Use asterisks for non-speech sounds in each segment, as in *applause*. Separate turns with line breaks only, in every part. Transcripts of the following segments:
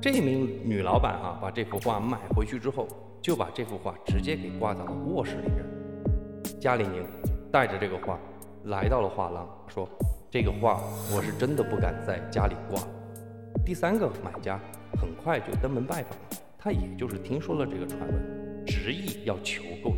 这名女老板啊，把这幅画卖回去之后，就把这幅画直接给挂到了卧室里边。加里宁带着这个画来到了画廊，说：“这个画我是真的不敢在家里挂。”第三个买家很快就登门拜访了，他也就是听说了这个传闻，执意要求购。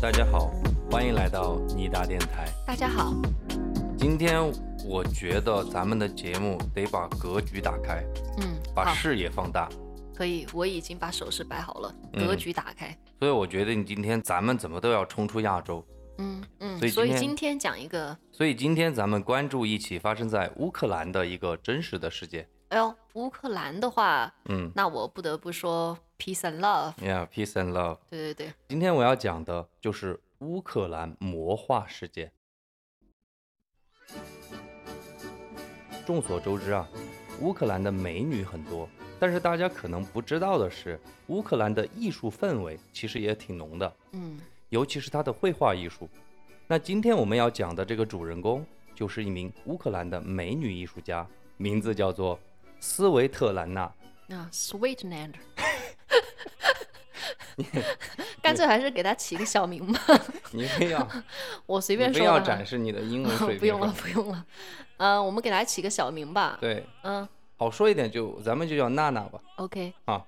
大家好，欢迎来到尼达电台。
大家好，
今天我觉得咱们的节目得把格局打开，
嗯，
把
好，
视野放大。
可以，我已经把手势摆好了，
嗯
格局打开，
所以我觉得你今天咱们怎么都要冲出亚洲。
嗯嗯，
所以
所以
今天
今天讲一个，
所以今天咱们关注一起发生在乌克兰的一个真实的事件。
哎呦，乌克兰的话，
嗯
那我不得不说 peace and love，
，Yeah, peace and love。
对对对，
今天我要讲的就是乌克兰魔化事件。众所周知啊，乌克兰的美女很多，但是大家可能不知道的是，乌克兰的艺术氛围其实也挺浓的。
嗯
尤其是他的绘画艺术。那今天我们要讲的这个主人公，就是一名乌克兰的美女艺术家，名字叫做斯维特兰娜。
啊，Sweetland，干脆还是给他起个小名
*laughs*
吧，
你非要
我 *laughs* 随
你
便
非
说
要
的
展
哈，
示你的英文
*laughs*
水平，
不用了。不用了，嗯，我们给他起个小名吧，
对，
嗯
好说一点就咱们就叫娜娜吧。
，OK，
啊，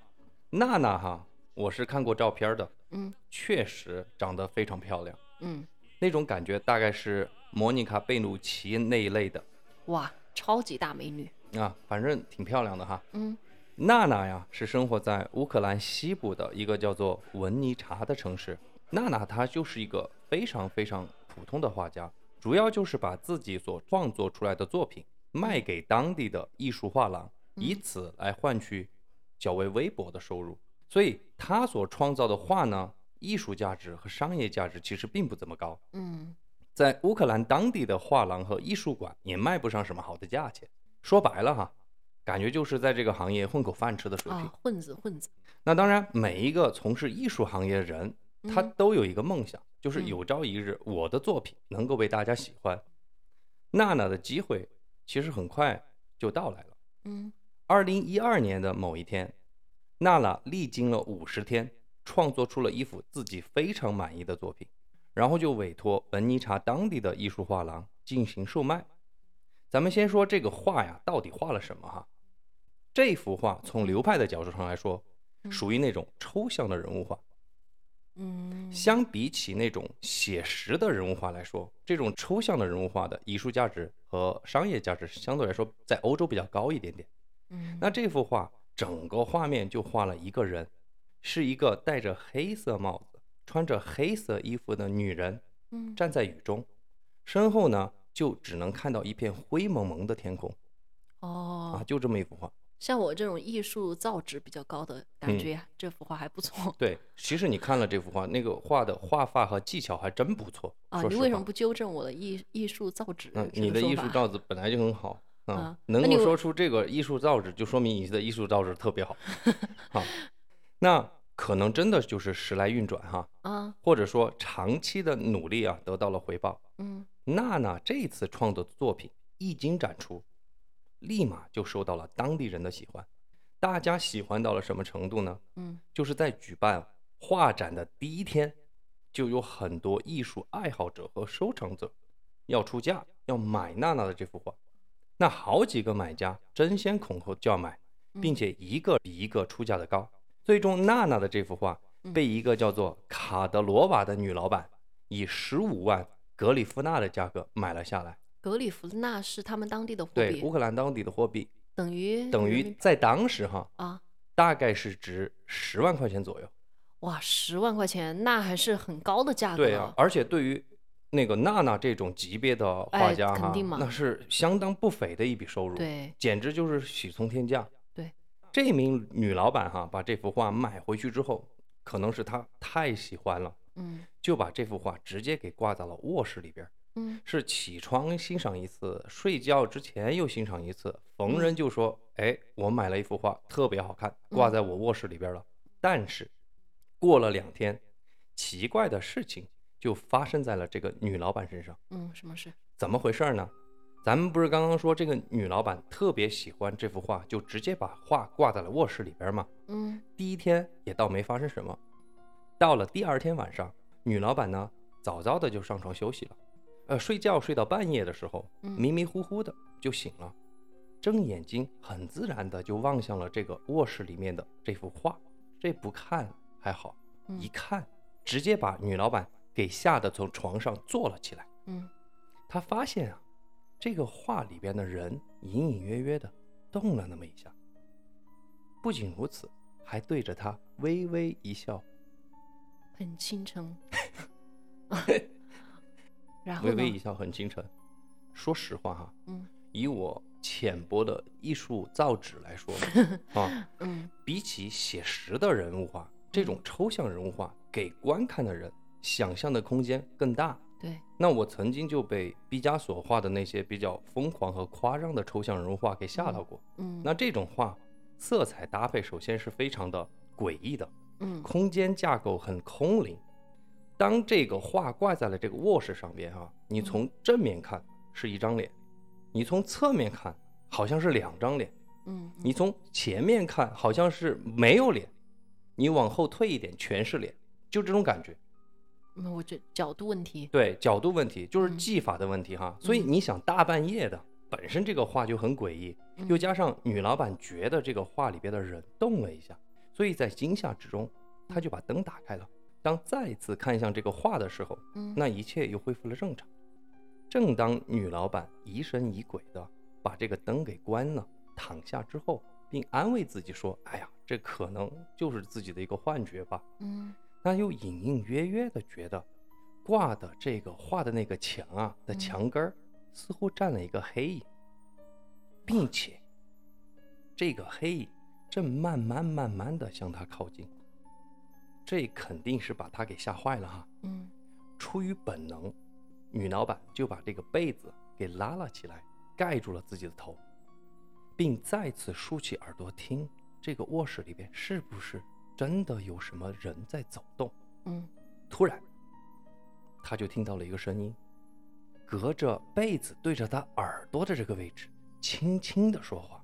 娜娜哈，我是看过照片的，
嗯
确实长得非常漂亮，
嗯，
那种感觉大概是莫妮卡贝鲁奇那一类的
哇，超级大美女，
啊，反正挺漂亮的哈。
嗯
娜娜呀，是生活在乌克兰西部的一个叫做文尼察的城市。娜娜她就是一个非常非常普通的画家，主要就是把自己所创作出来的作品卖给当地的艺术画廊，以此来换取较为微薄的收入。所以她所创造的画呢，艺术价值和商业价值其实并不怎么高，
嗯
在乌克兰当地的画廊和艺术馆也卖不上什么好的价钱。说白了哈，感觉就是在这个行业混口饭吃的水平。
啊，混子混子，
那当然，每一个从事艺术行业的人，他
嗯
都有一个梦想，就是
嗯
有朝一日我的作品能够被大家喜欢。娜娜的机会其实很快就到来了。
嗯
二零一二年的某一天，娜娜历经了五十天，创作出了一幅自己非常满意的作品，然后就委托文尼察当地的艺术画廊进行售卖。咱们先说这个画呀，到底画了什么哈？这幅画从流派的角度上来说，
嗯
属于那种抽象的人物画。
嗯，
相比起那种写实的人物画来说，这种抽象的人物画的艺术价值和商业价值相对来说在欧洲比较高一点点。
嗯
那这幅画整个画面就画了一个人，是一个戴着黑色帽子、穿着黑色衣服的女人
嗯
站在雨中，身后呢就只能看到一片灰蒙蒙的天空
哦
啊，就这么一幅画。
像我这种艺术造诣比较高的感
嗯
觉，这幅画还不错
对，其实你看了这幅画，那个画的画法和技巧还真不错。
啊。
说
你
实
为什
话
么不纠正我的艺艺术造诣这个说
嗯
法？，
你的艺术造诣本来就很好。嗯
啊，
能
那
够
你
说出这个艺术造诣，就说明你的艺术造诣特别
*laughs*
好。好，那可能真的就是时来运转哈，
啊，
或者说长期的努力啊得到了回报。
嗯
娜娜这次创作的作品一经展出，立马就受到了当地人的喜欢。大家喜欢到了什么程度呢？
嗯
就是在举办啊画展的第一天，就有很多艺术爱好者和收藏者要出价，要买娜娜的这幅画。那好几个买家争先恐后就要买，
嗯
并且一个比一个出价的高。最终，娜娜的这幅画
嗯
被一个叫做卡德罗娃的女老板以十五万格里夫纳的价格买了下来。
格里夫纳是他们当地的货
对，
币
乌，克兰当地的货币，
等于
等
人
于
民
在当时哈，
啊，
大概是值十万块钱左右。
哇，十万块钱，那还是很高的价格
对啊
了，。
而且对于那个娜娜这种级别的画
哎
家
肯
哈，
定嘛
那是相当不菲的一笔收入，，
对，
简直就是喜从天降。
对，
这名女老板哈，把这幅画买回去之后，可能是她太喜欢了，
嗯
就把这幅画直接给挂在了卧室里边儿，
嗯
是起床欣赏一次，睡觉之前又欣赏一次，逢人就说，哎，我买了一幅画，特别好看，挂在我卧室里边儿了。但是过了两天，奇怪的事情就发生在了这个女老板身上。
嗯，什么事？
怎么回事儿呢？咱们不是刚刚说这个女老板特别喜欢这幅画，就直接把画挂在了卧室里边吗？
嗯
第一天也倒没发生什么。到了第二天晚上，女老板呢早早的就上床休息了，呃，睡觉睡到半夜的时候，
嗯
迷迷糊糊的就醒了，睁眼睛很自然的就望向了这个卧室里面的这幅画，这不看还好，
嗯
一看直接把女老板给吓得从床上坐了起来。
嗯，
她发现啊，这个画里边的人隐隐约约的动了那么一下，不仅如此，还对着她微微一笑。
很倾
*laughs*
城。 *laughs* 然后
微
呢？
微一笑很倾城。说实话哈，
嗯
以我浅薄的艺术造纸来
*laughs*
说啊，
嗯
比起写实的人物画，这种抽象人物画给观看的人想象的空间更大。
对，
那我曾经就被毕加索画的那些比较疯狂和夸张的抽象人物画给吓到过。
嗯
那这种画色彩搭配首先是非常的诡异的，
嗯
空间架构很空灵。当这个画挂在了这个卧室上边哈、你从正面看是一张脸，你从侧面看好像是两张脸，
嗯
你从前面看好像是没有脸，你往后退一点全是脸，就这种感觉。
嗯，我觉得角度问题。
对，角度问题就是
嗯
技法的问题哈。所以你想，大半夜的，本身这个画就很诡异，
嗯
又加上女老板觉得这个画里边的人动了一下，所以在惊吓之中，她
嗯
就把灯打开了。当再次看向这个画的时候，
嗯
那一切又恢复了正常。正当女老板疑神疑鬼的把这个灯给关了，躺下之后，并安慰自己说：“哎呀，这可能就是自己的一个幻觉吧。”
嗯
那又隐隐约约的觉得，挂的这个画的那个墙啊的
嗯
墙根儿似乎站了一个黑影，并且这个黑影正慢慢慢慢的向他靠近，这肯定是把他给吓坏了哈。
嗯
出于本能，女老板就把这个被子给拉了起来，盖住了自己的头，并再次竖起耳朵听这个卧室里边是不是真的有什么人在走动。
嗯
突然，他就听到了一个声音，隔着被子对着他耳朵的这个位置，轻轻的说话。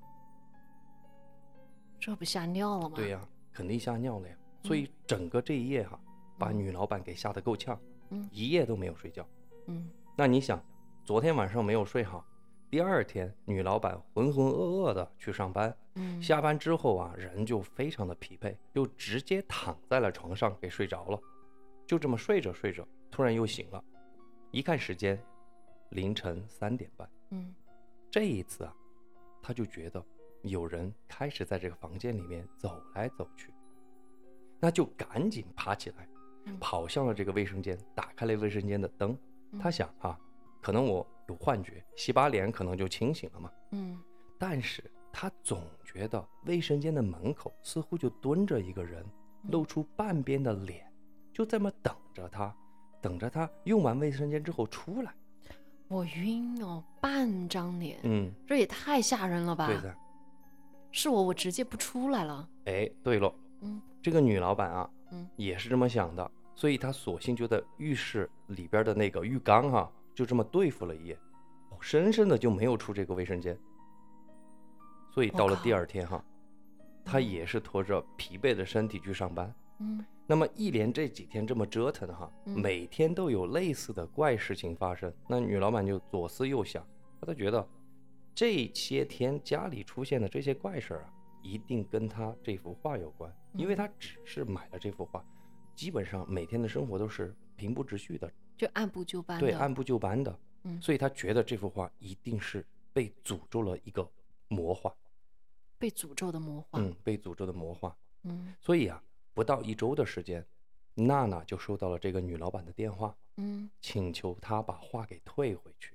这不吓尿了吗？
对呀、肯定吓尿了呀。所以整个这一夜哈、把女老板给吓得够呛，
嗯
一夜都没有睡觉。
嗯
那你想，昨天晚上没有睡好，第二天女老板浑浑噩噩的去上班，
嗯
下班之后啊，人就非常的疲惫，就直接躺在了床上给睡着了。就这么睡着睡着，突然又醒了，一看时间，凌晨三点半。
嗯
这一次啊，他就觉得有人开始在这个房间里面走来走去，那就赶紧爬起来
嗯，
跑向了这个卫生间，打开了卫生间的灯。
嗯
他想啊，可能我有幻觉，洗把脸可能就清醒了嘛。
嗯
但是他总觉得卫生间的门口似乎就蹲着一个人，露出半边的脸，就这么等着他，等着他用完卫生间之后出来。
我晕哦，半张脸，
嗯，
这也太吓人了吧？
对的。
是我，我直接不出来了。
哎，对喽，
嗯
这个女老板啊，
嗯
也是这么想的，所以她索性就在浴室里边的那个浴缸哈、就这么对付了一夜，深深的就没有出这个卫生间。所以
我
到了
靠
第二天哈、她也是拖着疲惫的身体去上班。
嗯
那么一连这几天这么折腾哈，
嗯
每天都有类似的怪事情发生，那女老板就左思右想，她就觉得这些天家里出现的这些怪事儿啊，一定跟她这幅画有关，
嗯
因为她只是买了这幅画，基本上每天的生活都是平铺直叙的，
就按部就班的。
对，按部就班的，
嗯
所以她觉得这幅画一定是被诅咒了一个魔化，
被诅咒的魔化。
嗯，被诅咒的魔化，
嗯
所以啊，不到一周的时间，娜娜就收到了这个女老板的电话，
嗯
请求她把画给退回去。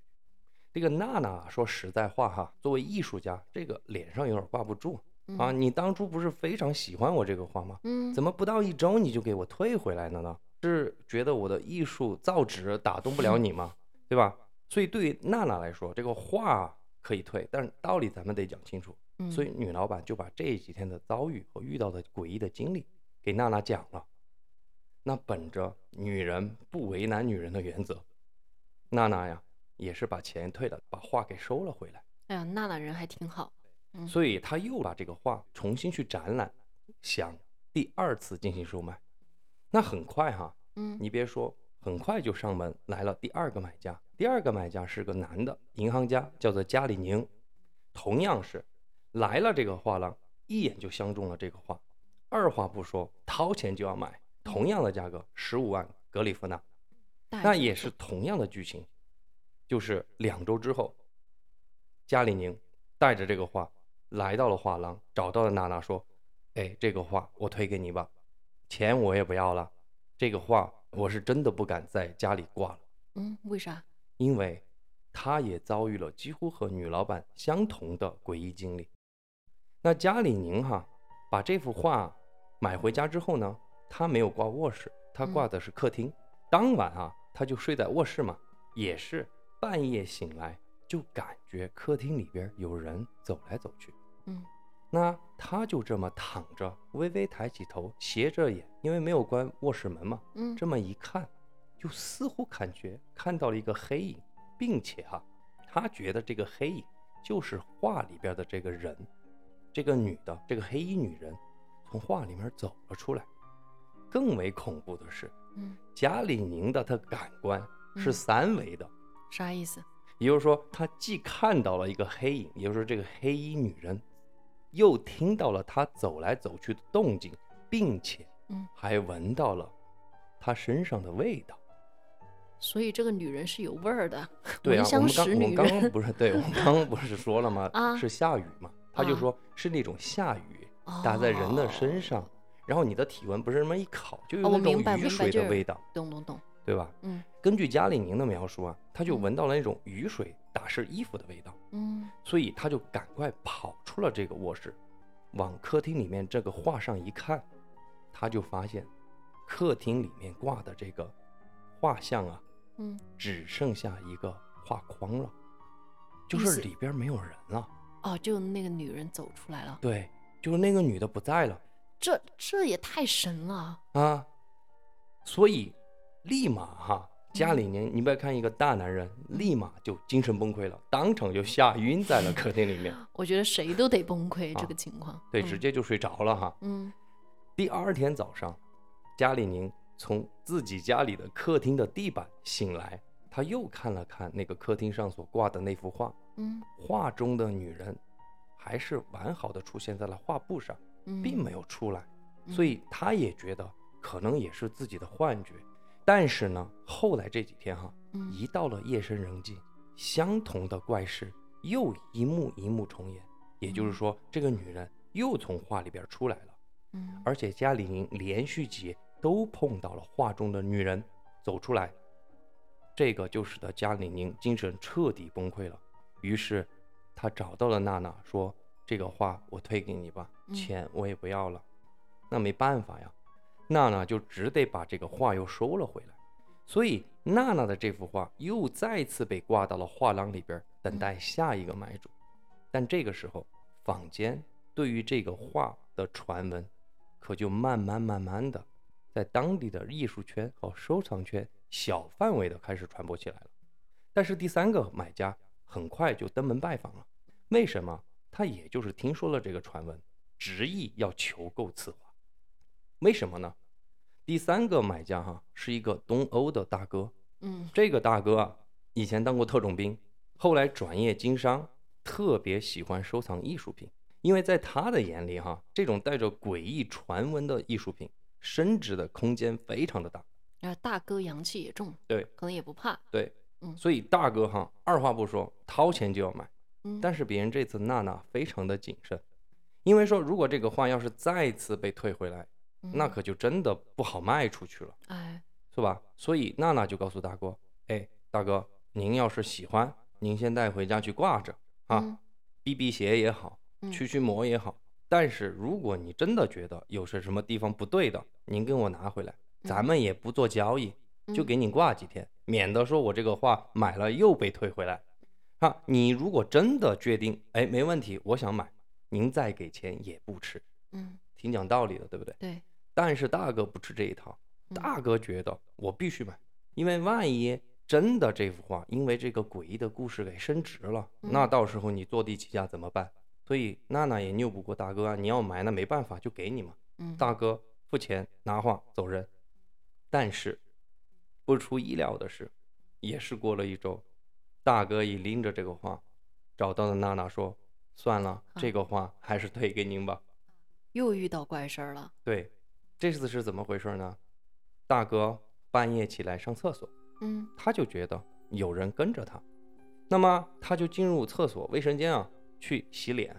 这个娜娜说实在话哈，作为艺术家，这个脸上有点挂不住
嗯
啊。你当初不是非常喜欢我这个画吗？
嗯，
怎么不到一周你就给我退回来了呢？是觉得我的艺术造纸打动不了
*laughs*
你吗？对吧？所以对于娜娜来说，这个画可以退，但是道理咱们得讲清楚。
嗯
所以女老板就把这几天的遭遇和遇到的诡异的经历给娜娜讲了。那本着女人不为难女人的原则，娜娜呀也是把钱退了，把画给收了回来。
哎呀，娜娜人还挺好。嗯
所以他又把这个画重新去展览，想第二次进行售卖。那很快哈，
嗯
你别说，很快就上门来了第二个买家。第二个买家是个男的银行家，叫做加里宁，同样是来了这个画廊，一眼就相中了这个画，二话不说掏钱就要买，同样的价格十五万格里夫纳。
大
那
家
也是同样的剧情，就是两周之后，加里宁带着这个画来到了画廊，找到了娜娜说：“哎，这个画我推给你吧，钱我也不要了，这个画我是真的不敢在家里挂了，
嗯，为啥？
因为他也遭遇了几乎和女老板相同的诡异经历。”那加里宁哈把这幅画买回家之后呢，他没有挂卧室，他挂的是客厅。当晚啊，他就睡在卧室嘛，也是半夜醒来就感觉客厅里边有人走来走去。
嗯，
那他就这么躺着，微微抬起头，斜着眼，因为没有关卧室门嘛，
嗯，
这么一看，就似乎感觉看到了一个黑影，并且哈、他觉得这个黑影就是画里边的这个人，这个女的，这个黑衣女人从画里面走了出来。更为恐怖的是，
嗯，
贾里宁的他感官是
嗯
三维的，
啥意思？
也就是说，他既看到了一个黑影，也就是说这个黑衣女人，又听到了她走来走去的动静，并且
嗯，
还闻到了她身上的味道。
所以这个女人是有味儿的，
对啊
闻，
我
香
们刚
识
我们
女
刚刚 *laughs*
人。
不是对，我们刚刚不是说了吗？
*laughs* 啊
是下雨嘛？他就
啊哦
说是那种下雨打在人的身上，然后你的体温不是那么一烤，就有
哦我
那种
明白
雨
明白
水
就
的
是
味道，
懂懂懂，
对吧？
嗯
根据加里宁的描述啊，他就
嗯
闻到了那种雨水打湿衣服的味道，
嗯
所以他就赶快跑出了这个卧室，往客厅里面这个画上一看，他就发现客厅里面挂的这个画像啊，
嗯，
只剩下一个画框了，就
意
是
思
里边没有人了。
哦，就那个女人走出来了，
对，就是那个女的不在了
这这也太神了。
啊，所以立马哈，家里面你不要看一个大男人，立马就精神崩溃了，当场就吓晕在了客厅里面，
我觉得谁都得崩溃，
啊
这个情况。
对，直接就睡着了哈。
嗯
第二天早上，加里宁从自己家里的客厅的地板醒来，他又看了看那个客厅上所挂的那幅画，
嗯
画中的女人还是完好的出现在了画布上，
嗯，
并没有出来，
嗯
所以他也觉得可能也是自己的幻觉。但是呢，后来这几天哈，
嗯
一到了夜深人静，相同的怪事又一幕一幕重演，也就是
嗯
说，这个女人又从画里边出来了。
嗯
而且加里宁连续几夜都碰到了画中的女人走出来，这个就使得加里宁精神彻底崩溃了。于是他找到了娜娜，说：“这个画我退给你吧，
嗯
钱我也不要了。那没办法呀，娜娜就只得把这个画又收了回来。所以娜娜的这幅画又再次被挂到了画廊里边儿，等待下一个买主。但这个时候，坊间对于这个画的传闻，可就慢慢慢慢的，在当地的艺术圈和收藏圈小范围的开始传播起来了。但是第三个买家很快就登门拜访了，为什么？他也就是听说了这个传闻，执意要求购此画。为什么呢？第三个买家哈、是一个东欧的大哥，
嗯
这个大哥啊，以前当过特种兵，后来转业经商，特别喜欢收藏艺术品，因为在他的眼里，哈，这种带着诡异传闻的艺术品，升值的空间非常的大。
然后大哥阳气也重，
对
可能也不怕。
对，
嗯
所以大哥哈，二话不说，掏钱就要买。
嗯，
但是别人这次娜娜非常的谨慎，因为说如果这个画要是再次被退回来，那
嗯
可就真的不好卖出去了。
哎，
是吧？所以娜娜就告诉大哥：“哎，大哥，您要是喜欢，您先带回家去挂着啊，
嗯
避避邪也好，
嗯
驱驱魔也好。但是如果你真的觉得有是什么地方不对的，您跟我拿回来，咱
嗯
们也不做交易，就
嗯
给你挂几天，免得说我这个画买了又被退回来。啊，你如果真的决定，哎，没问题，我想买，您再给钱也不迟，
嗯
挺讲道理的，对不对？
对，
但是大哥不吃这一套，
嗯
大哥觉得我必须买，因为万一真的这幅画因为这个诡异的故事给升值了，那
嗯
到时候你坐地起价怎么办？所以娜娜也拗不过大哥啊，你要买那没办法，就给你嘛。
嗯，
大哥付钱拿画走人。但是不出意料的是，也是过了一周，大哥已拎着这个画找到了娜娜，说：“算
啊
了，这个画还是退给您吧。”
又遇到怪事儿了。
对，这次是怎么回事呢？大哥半夜起来上厕所，
嗯
他就觉得有人跟着他，那么他就进入厕所卫生间啊去洗脸。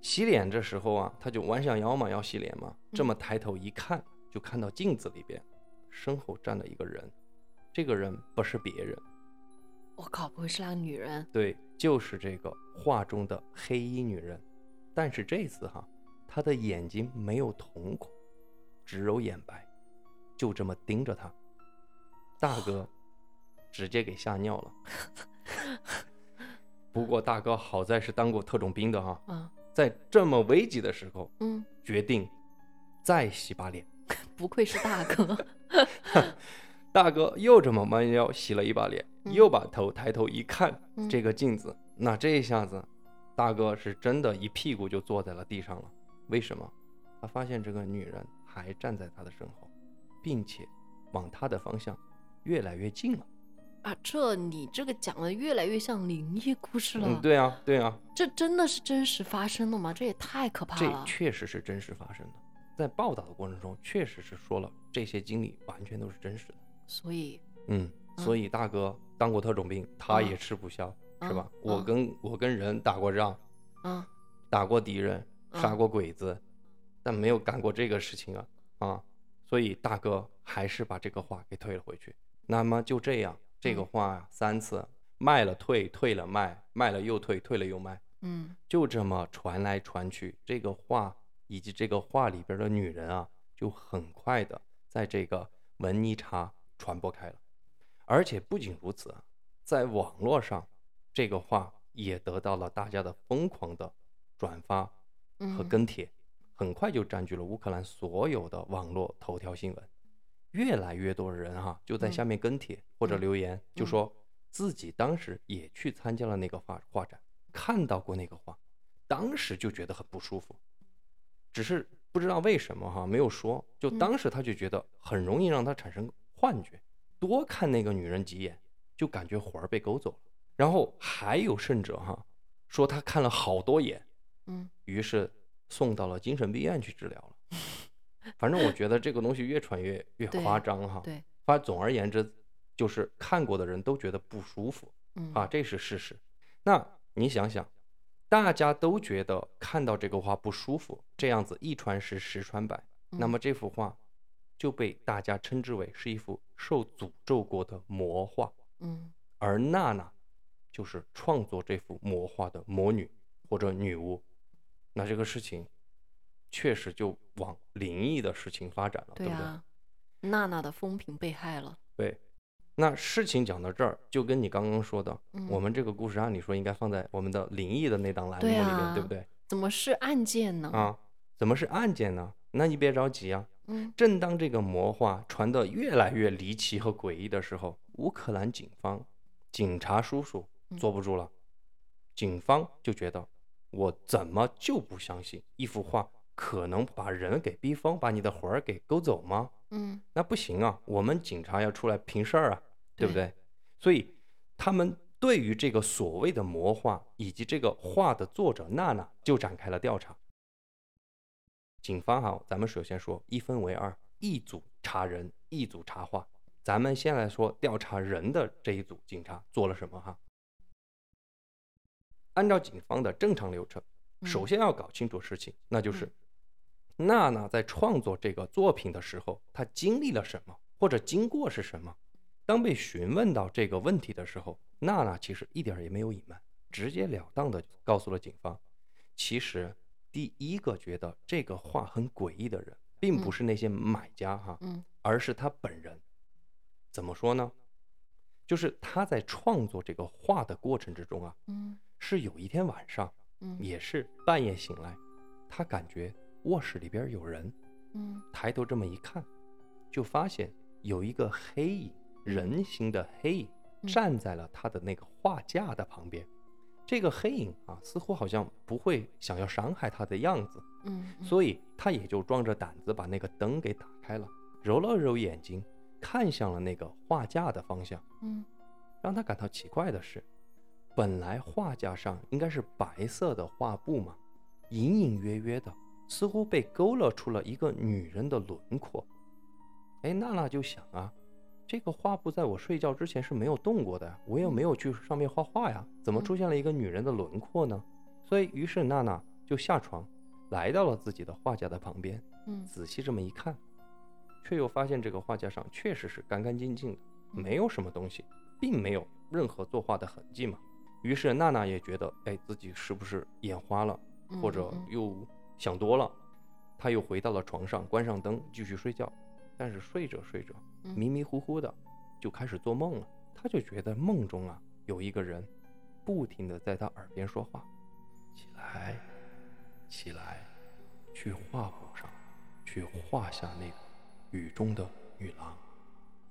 洗脸这时候啊，他就弯下腰嘛，要洗脸嘛，这
嗯
么抬头一看，就看到镜子里边身后站了一个人，这个人不是别人，
我靠，不会是那个女人？
对，就是这个画中的黑衣女人。但是这次哈，她的眼睛没有瞳孔，只有眼白，就这么盯着他。大哥直接给吓尿了。不过大哥好在是当过特种兵的哈，
啊，
在这么危急的时候，
嗯，
决定再洗把脸。
不愧是大哥。
大哥又这么弯腰洗了一把脸，
嗯
又把头抬头一看，
嗯
这个镜子，那这一下子，大哥是真的一屁股就坐在了地上了。为什么？他发现这个女人还站在他的身后，并且往他的方向越来越近了。
啊，这你这个讲的越来越像灵异故事了。
嗯，对啊，对啊，
这真的是真实发生的吗？这也太可怕
这
了。
确实是真实发生的。在报道的过程中，确实是说了这些经历完全都是真实的。
所以，
嗯，所以大哥当过特种兵，他也
嗯
吃不消，
嗯
是吧？我
嗯
跟我跟人打过仗，
啊，
打过敌人，
嗯
杀过鬼子，但没有干过这个事情啊啊！所以大哥还是把这个画给退了回去。那么就这样，这个
嗯
画啊三次卖了退，退了卖，卖了又退，退了又卖，
嗯
就这么传来传去，这个画以及这个画里边的女人啊，就很快的在这个文尼察传播开了。而且不仅如此啊，在网络上，这个画也得到了大家的疯狂的转发
嗯，
和跟帖，很快就占据了乌克兰所有的网络头条新闻。越来越多人哈、就在
嗯
下面跟帖或者
嗯
留言，就
嗯
说自己当时也去参加了那个画画展，看到过那个画，当时就觉得很不舒服，只是不知道为什么哈、没有说，就
嗯
当时他就觉得很容易让他产生幻觉，多看那个女人几眼，就感觉魂儿被勾走了。然后还有甚者哈、说他看了好多眼，
嗯
于是送到了精神病院去治疗
*laughs*
了。反正我觉得这个东西越传越越
对
夸张哈。
对，
反总而言之，就是看过的人都觉得不舒服
嗯
啊，这是事实。那你想想，大家都觉得看到这个画不舒服，这样子一传十，十传百，那
嗯
么这幅画就被大家称之为是一幅受诅咒过的魔画。
嗯
而娜娜就是创作这幅魔画的魔女或者女巫。那这个事情确实就往灵异的事情发展了，对
对啊，娜娜的风评被害了。
不对？对。那事情讲到这儿，就跟你刚刚说的，
嗯，
我们这个故事按理说应该放在我们的灵异的那档栏目里
对
面，
啊
对不对？
怎么是案件呢？
啊，怎么是案件呢？那你别着急啊，
嗯
正当这个魔化传得越来越离奇和诡异的时候，乌克兰警方警察叔叔坐不住了，警方就觉得我怎么就不相信一幅画可能把人给逼疯，把你的魂儿给勾走吗？
嗯
那不行啊，我们警察要出来平事儿啊，对不
对
对？所以他们对于这个所谓的魔画以及这个画的作者娜娜就展开了调查。警方哈、咱们首先说一分为二，一组查人，一组查画。咱们先来说调查人的这一组警察做了什么哈。按照警方的正常流程，首
嗯
先要搞清楚事情，那就是
嗯
娜娜在创作这个作品的时候，她经历了什么，或者经过是什么。当被询问到这个问题的时候，娜娜其实一点儿也没有隐瞒，直截了当的告诉了警方。其实，第一个觉得这个画很诡异的人，并不
嗯
是那些买家哈，
嗯
而是他本人。怎么说呢？就是他在创作这个画的过程之中啊，
嗯
是有一天晚上，
嗯
也是半夜醒来，他感觉卧室里边有人，
嗯
抬头这么一看，就发现有一个黑影，人形的黑影站在了他的那个画架的旁边。这个黑影啊，似乎好像不会想要伤害他的样子，
嗯，嗯
所以他也就壮着胆子把那个灯给打开了，揉了揉眼睛，看向了那个画架的方向。
嗯
让他感到奇怪的是，本来画架上应该是白色的画布嘛，隐隐约约的，似乎被勾勒出了一个女人的轮廓。哎，娜娜就想啊，这个画布在我睡觉之前是没有动过的呀，我也没有去上面画画呀，怎么出现了一个女人的轮廓呢？所以，于是娜娜就下床，来到了自己的画架的旁边，
嗯
仔细这么一看，却又发现这个画架上确实是干干净净的，没有什么东西，并没有任何作画的痕迹嘛。于是娜娜也觉得，哎，自己是不是眼花了，
嗯，
或者
嗯
又想多了？她又回到了床上，关上灯，继续睡觉。但是睡着睡着，
嗯
迷迷糊糊的就开始做梦了。她就觉得梦中啊有一个人，不停的在她耳边说话：“起来，起来，去画布上，去画下那个雨中的女郎，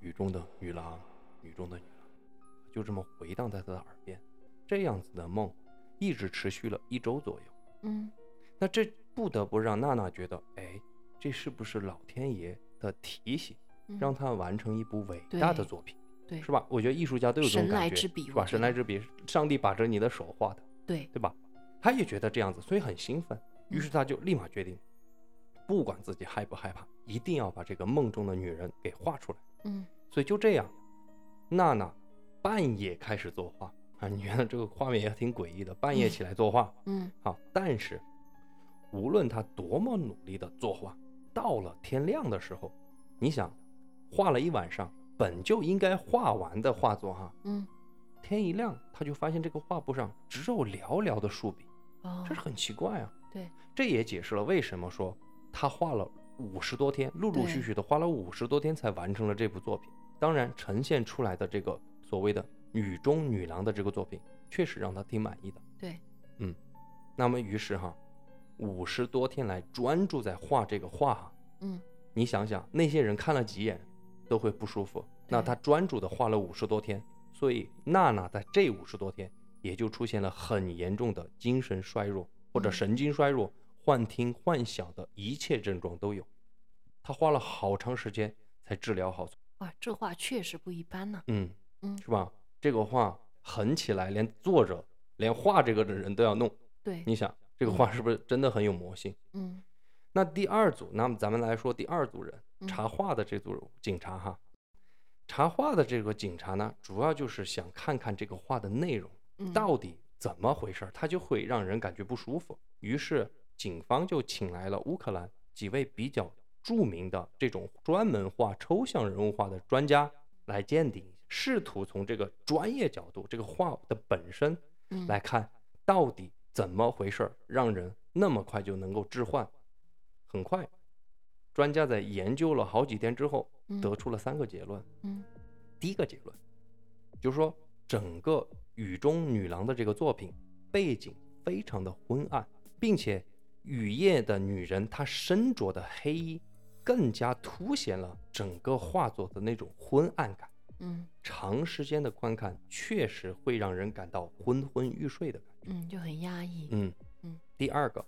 雨中的女郎，雨中的女郎。”就这么回荡在她的耳边。这样子的梦一直持续了一周左右。
嗯
那这不得不让娜娜觉得，哎，这是不是老天爷的提醒，
嗯
让她完成一部伟大的
对
作品，
对
是吧？我觉得艺术家都有这种
神
感
来
觉，
之笔
是
我
吧？
觉
神来
得
之笔，上帝把着你的手画的，
对，
对吧？她也觉得这样子，所以很兴奋，于是她就立马决定，不管自己害不害怕，一定要把这个梦中的女人给画出来。
嗯
所以就这样，娜娜半夜开始作画啊，你觉得这个画面也挺诡异的，半夜起来作画。
嗯
好，啊但是无论他多么努力的作画，到了天亮的时候，你想，画了一晚上本就应该画完的画作哈、
嗯，
天一亮他就发现这个画布上只有寥寥的数笔，
哦
这是很奇怪啊。
对，
这也解释了为什么说他画了五十多天，陆陆续续的花了五十多天才完成了这部作品。当然，呈现出来的这个所谓的女中女郎的这个作品，确实让他挺满意的。
对，
嗯，那么于是哈，五十多天来专注在画这个画哈，
嗯
你想想那些人看了几眼都会不舒服，那他专注的画了五十多天，所以娜娜在这五十多天也就出现了很严重的精神衰弱或者
嗯
神经衰弱、幻听、幻想的一切症状都有。他花了好长时间才治疗好，
哇，这画确实不一般呢。
嗯，
嗯
是吧？这个画狠起来，连作者、连画这个的人都要弄。
对，
你想，这个画是不是真的很有魔性？
嗯
那第二组，那么咱们来说第二组人，
嗯
查话的这组警察哈，查话的这个警察呢，主要就是想看看这个话的内容
嗯
到底怎么回事儿，他就会让人感觉不舒服。于是警方就请来了乌克兰几位比较著名的这种专门画抽象人物画的专家来鉴定，试图从这个专业角度，这个画的本身
嗯
来看到底怎么回事儿，让人那么快就能够置换。很快，专家在研究了好几天之后，
嗯
得出了三个结论。
嗯
第一个结论就是说，整个《雨中女郎》的这个作品背景非常的昏暗，并且雨夜的女人她身着的黑衣更加凸显了整个画作的那种昏暗感。
嗯
长时间的观看确实会让人感到昏昏欲睡的感觉。
嗯，就很压抑。
嗯
嗯
第二个，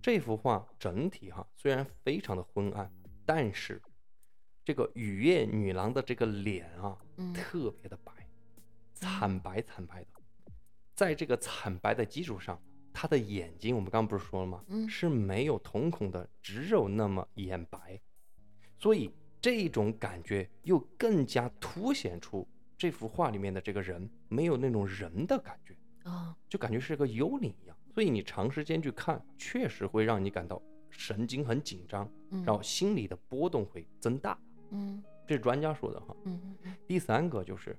这幅画整体哈虽然非常的昏暗，但是这个雨夜女郎的这个脸啊，
嗯
特别的白，惨白惨白的。在这个惨白的基础上，她的眼睛我们刚刚不是说了吗？
嗯
是没有瞳孔的，只有那么眼白，所以这种感觉又更加凸显出这幅画里面的这个人没有那种人的感觉。
哦，
就感觉是个幽灵一样。所以你长时间去看，确实会让你感到神经很紧张，
嗯
然后心理的波动会增大。
嗯
这是专家说的哈。
嗯嗯嗯
第三个就是，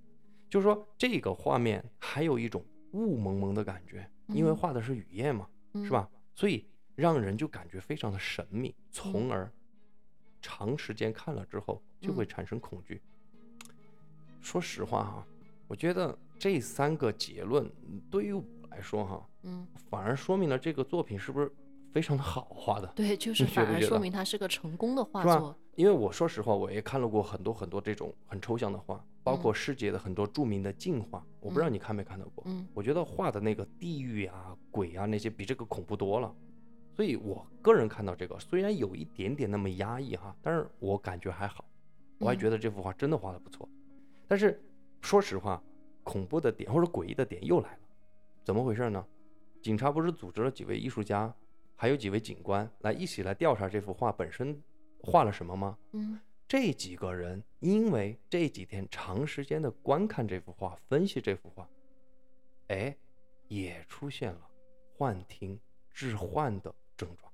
就是说这个画面还有一种雾蒙蒙的感觉，因为
嗯
画的是雨夜嘛，
嗯，
是？吧？所以让人就感觉非常的神秘，从而长时间看了之后就会
嗯
产生恐惧。说实话哈、我觉得这三个结论嗯对于我来说哈、
嗯
反而说明了这个作品是不是非常的好画的。
对，就
嗯
是
你觉
反
不
而
觉
说
得
明他是个成功的画
是吧
作。
因为我说实话，我也看了过很多很多这种很抽象的画，包括世界的很多著名的镜画，我不知道你看没看到过。
嗯
我觉得画的那个地狱啊、鬼啊那些比这个恐怖多了。所以我个人看到这个，虽然有一点点那么压抑哈，但是我感觉还好，我还
嗯
觉得这幅画真的画的不错。但是说实话，恐怖的点或者诡异的点又来了，怎么回事呢？警察不是组织了几位艺术家，还有几位警官来一起来调查这幅画本身画了什么吗？
嗯
这几个人因为这几天长时间的观看这幅画、分析这幅画，哎，也出现了幻听、致幻的症状。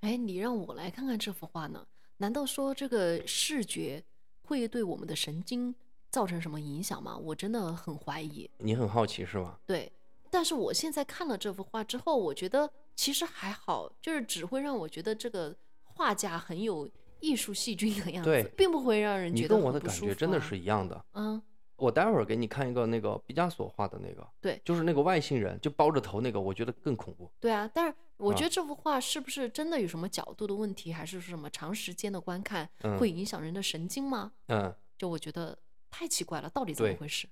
哎，你让我来看看这幅画呢？难道说这个视觉会对我们的神经造成什么影响吗？我真的很怀疑。
你很好奇是吧？
对，但是我现在看了这幅画之后，我觉得其实还好，就是只会让我觉得这个画家很有艺术细菌的样
对
子，并不会让人
你
觉得
跟我
很
的
不
感
舒
觉
服
真的
啊
是一样的。
嗯，
我待会儿给你看一个那个毕加索画的那个，
对
就是那个外星人就包着头那个，我觉得更恐怖。
对啊。但是我觉
啊
得这幅画是不是真的有什么角度的问题，还是说什么长时间的观看
嗯
会影响人的神经吗？
嗯，
就我觉得太奇怪了，到底怎么
对
回事？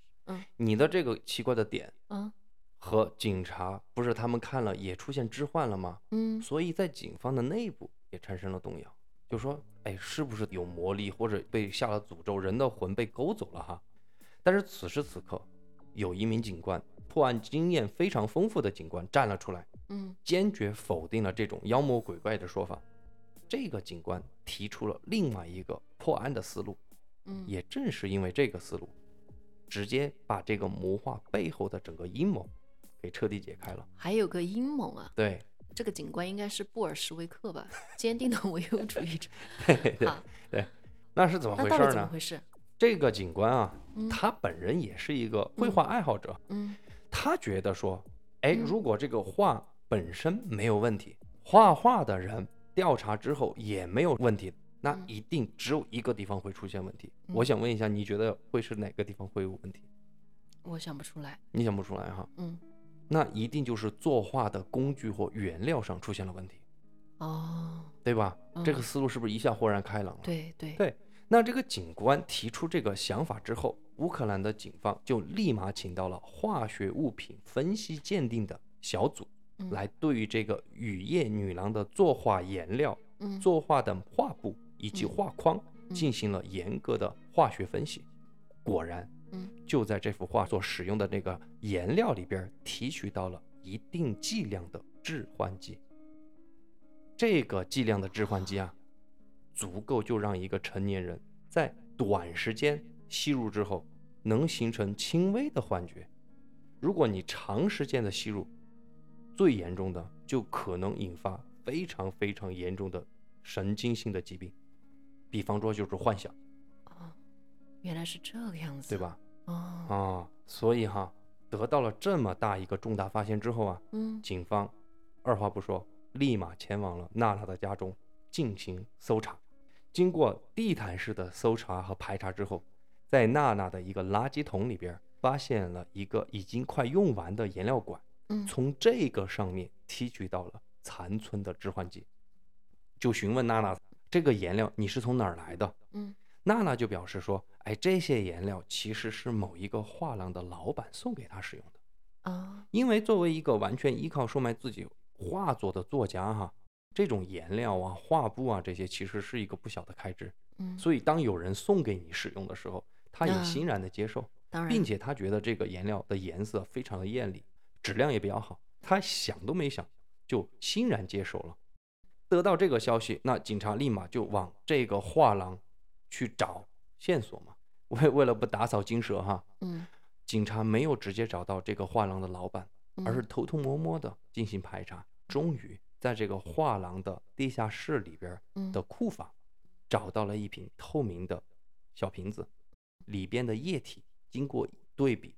你的这个奇怪的点
嗯
和警察不是他们看了也出现置换了吗？
嗯
所以在警方的内部也产生了动摇，就说，哎，是不是有魔力或者被下了诅咒，人的魂被勾走了哈？但是此时此刻，有一名警官，破案经验非常丰富的警官站了出来，
嗯
坚决否定了这种妖魔鬼怪的说法。这个警官提出了另外一个破案的思路，
嗯，
也正是因为这个思路，直接把这个魔化背后的整个阴谋给彻底解开了。
还有个阴谋啊！
对， *laughs*
这个警官应该是布尔什维克吧？坚定的 *laughs* 唯物主义者。
对对
好，
对，那是怎么
那
回
到
事
底
儿
怎么
呢？
回事？
这个警官啊，
嗯
他本人也是一个绘画爱好者，
嗯
他觉得说，哎，
嗯
如果这个画本身没有问题，画画的人调查之后也没有问题，那
嗯
一定只有一个地方会出现问题。我
嗯
想问一下，你觉得会是哪个地方会有问题？
我想不出来。
你想不出来哈，
嗯，
那一定就是作画的工具或原料上出现了问题，
哦，
对吧？这
嗯
个思路是不是一下豁然开朗了？
对对，
对，那这个警官提出这个想法之后，乌克兰的警方就立马请到了化学物品分析鉴定的小组，
嗯
来对于这个雨夜女郎的作画颜料、
嗯
作画的画布以及
嗯
画框
嗯
进行了严格的化学分析。果然
嗯，
就在这幅画所使用的那个颜料里边儿提取到了一定剂量的致幻剂。这个剂量的致幻剂啊，足够就让一个成年人在短时间吸入之后，能形成轻微的幻觉。如果你长时间的吸入，最严重的就可能引发非常非常严重的神经性的疾病，比方说就是幻想，
哦，原来是这个样子，
对？吧？
哦，
啊，所以哈，得到了这么大一个重大发现之后啊，
嗯，
警方二话不说，立马前往了娜娜的家中进行搜查。经过地毯式的搜查和排查之后，在娜娜的一个垃圾桶里边发现了一个已经快用完的颜料管，
嗯
从这个上面提取到了残存的致幻剂，就询问娜娜这个颜料你是从哪儿来的？
嗯
娜娜就表示说，哎，这些颜料其实是某一个画廊的老板送给她使用的。
啊，
因为作为一个完全依靠售卖自己画作的作家哈，这种颜料啊、画布啊这些其实是一个不小的开支。
嗯，
所以当有人送给你使用的时候，他也
嗯
欣然的接受，
当然
并，且他觉得这个颜料的颜色非常的艳丽，质量也比较好，他想都没想就欣然接受了。得到这个消息，那警察立马就往这个画廊去找线索嘛。为为了不打草惊蛇哈，
嗯，
警察没有直接找到这个画廊的老板，而
嗯
是偷偷摸摸的进行排查，终于在这个画廊的地下室里边儿
嗯
的库房找到了一瓶透明的小瓶子，里边的液体经过对比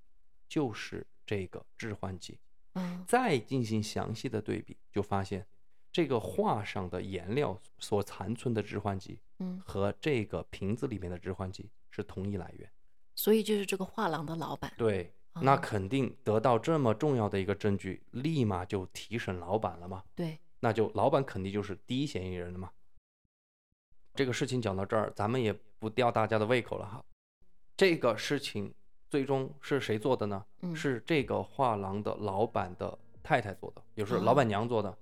就是这个致幻剂，
嗯
再进行详细的对比，就发现这个画上的颜料所残存的致幻剂
嗯，
和这个瓶子里面的致幻剂是同一来源。
所以就是这个画廊的老板，
对，那
哦
肯定得到这么重要的一个证据，立马就提审老板了嘛。
对，
那就老板肯定就是第一嫌疑人了嘛。这个事情讲到这儿，咱们也不吊大家的胃口了哈。这个事情最终是谁做的呢？
嗯
是这个画廊的老板的太太做的，也
啊
就是老板娘做的。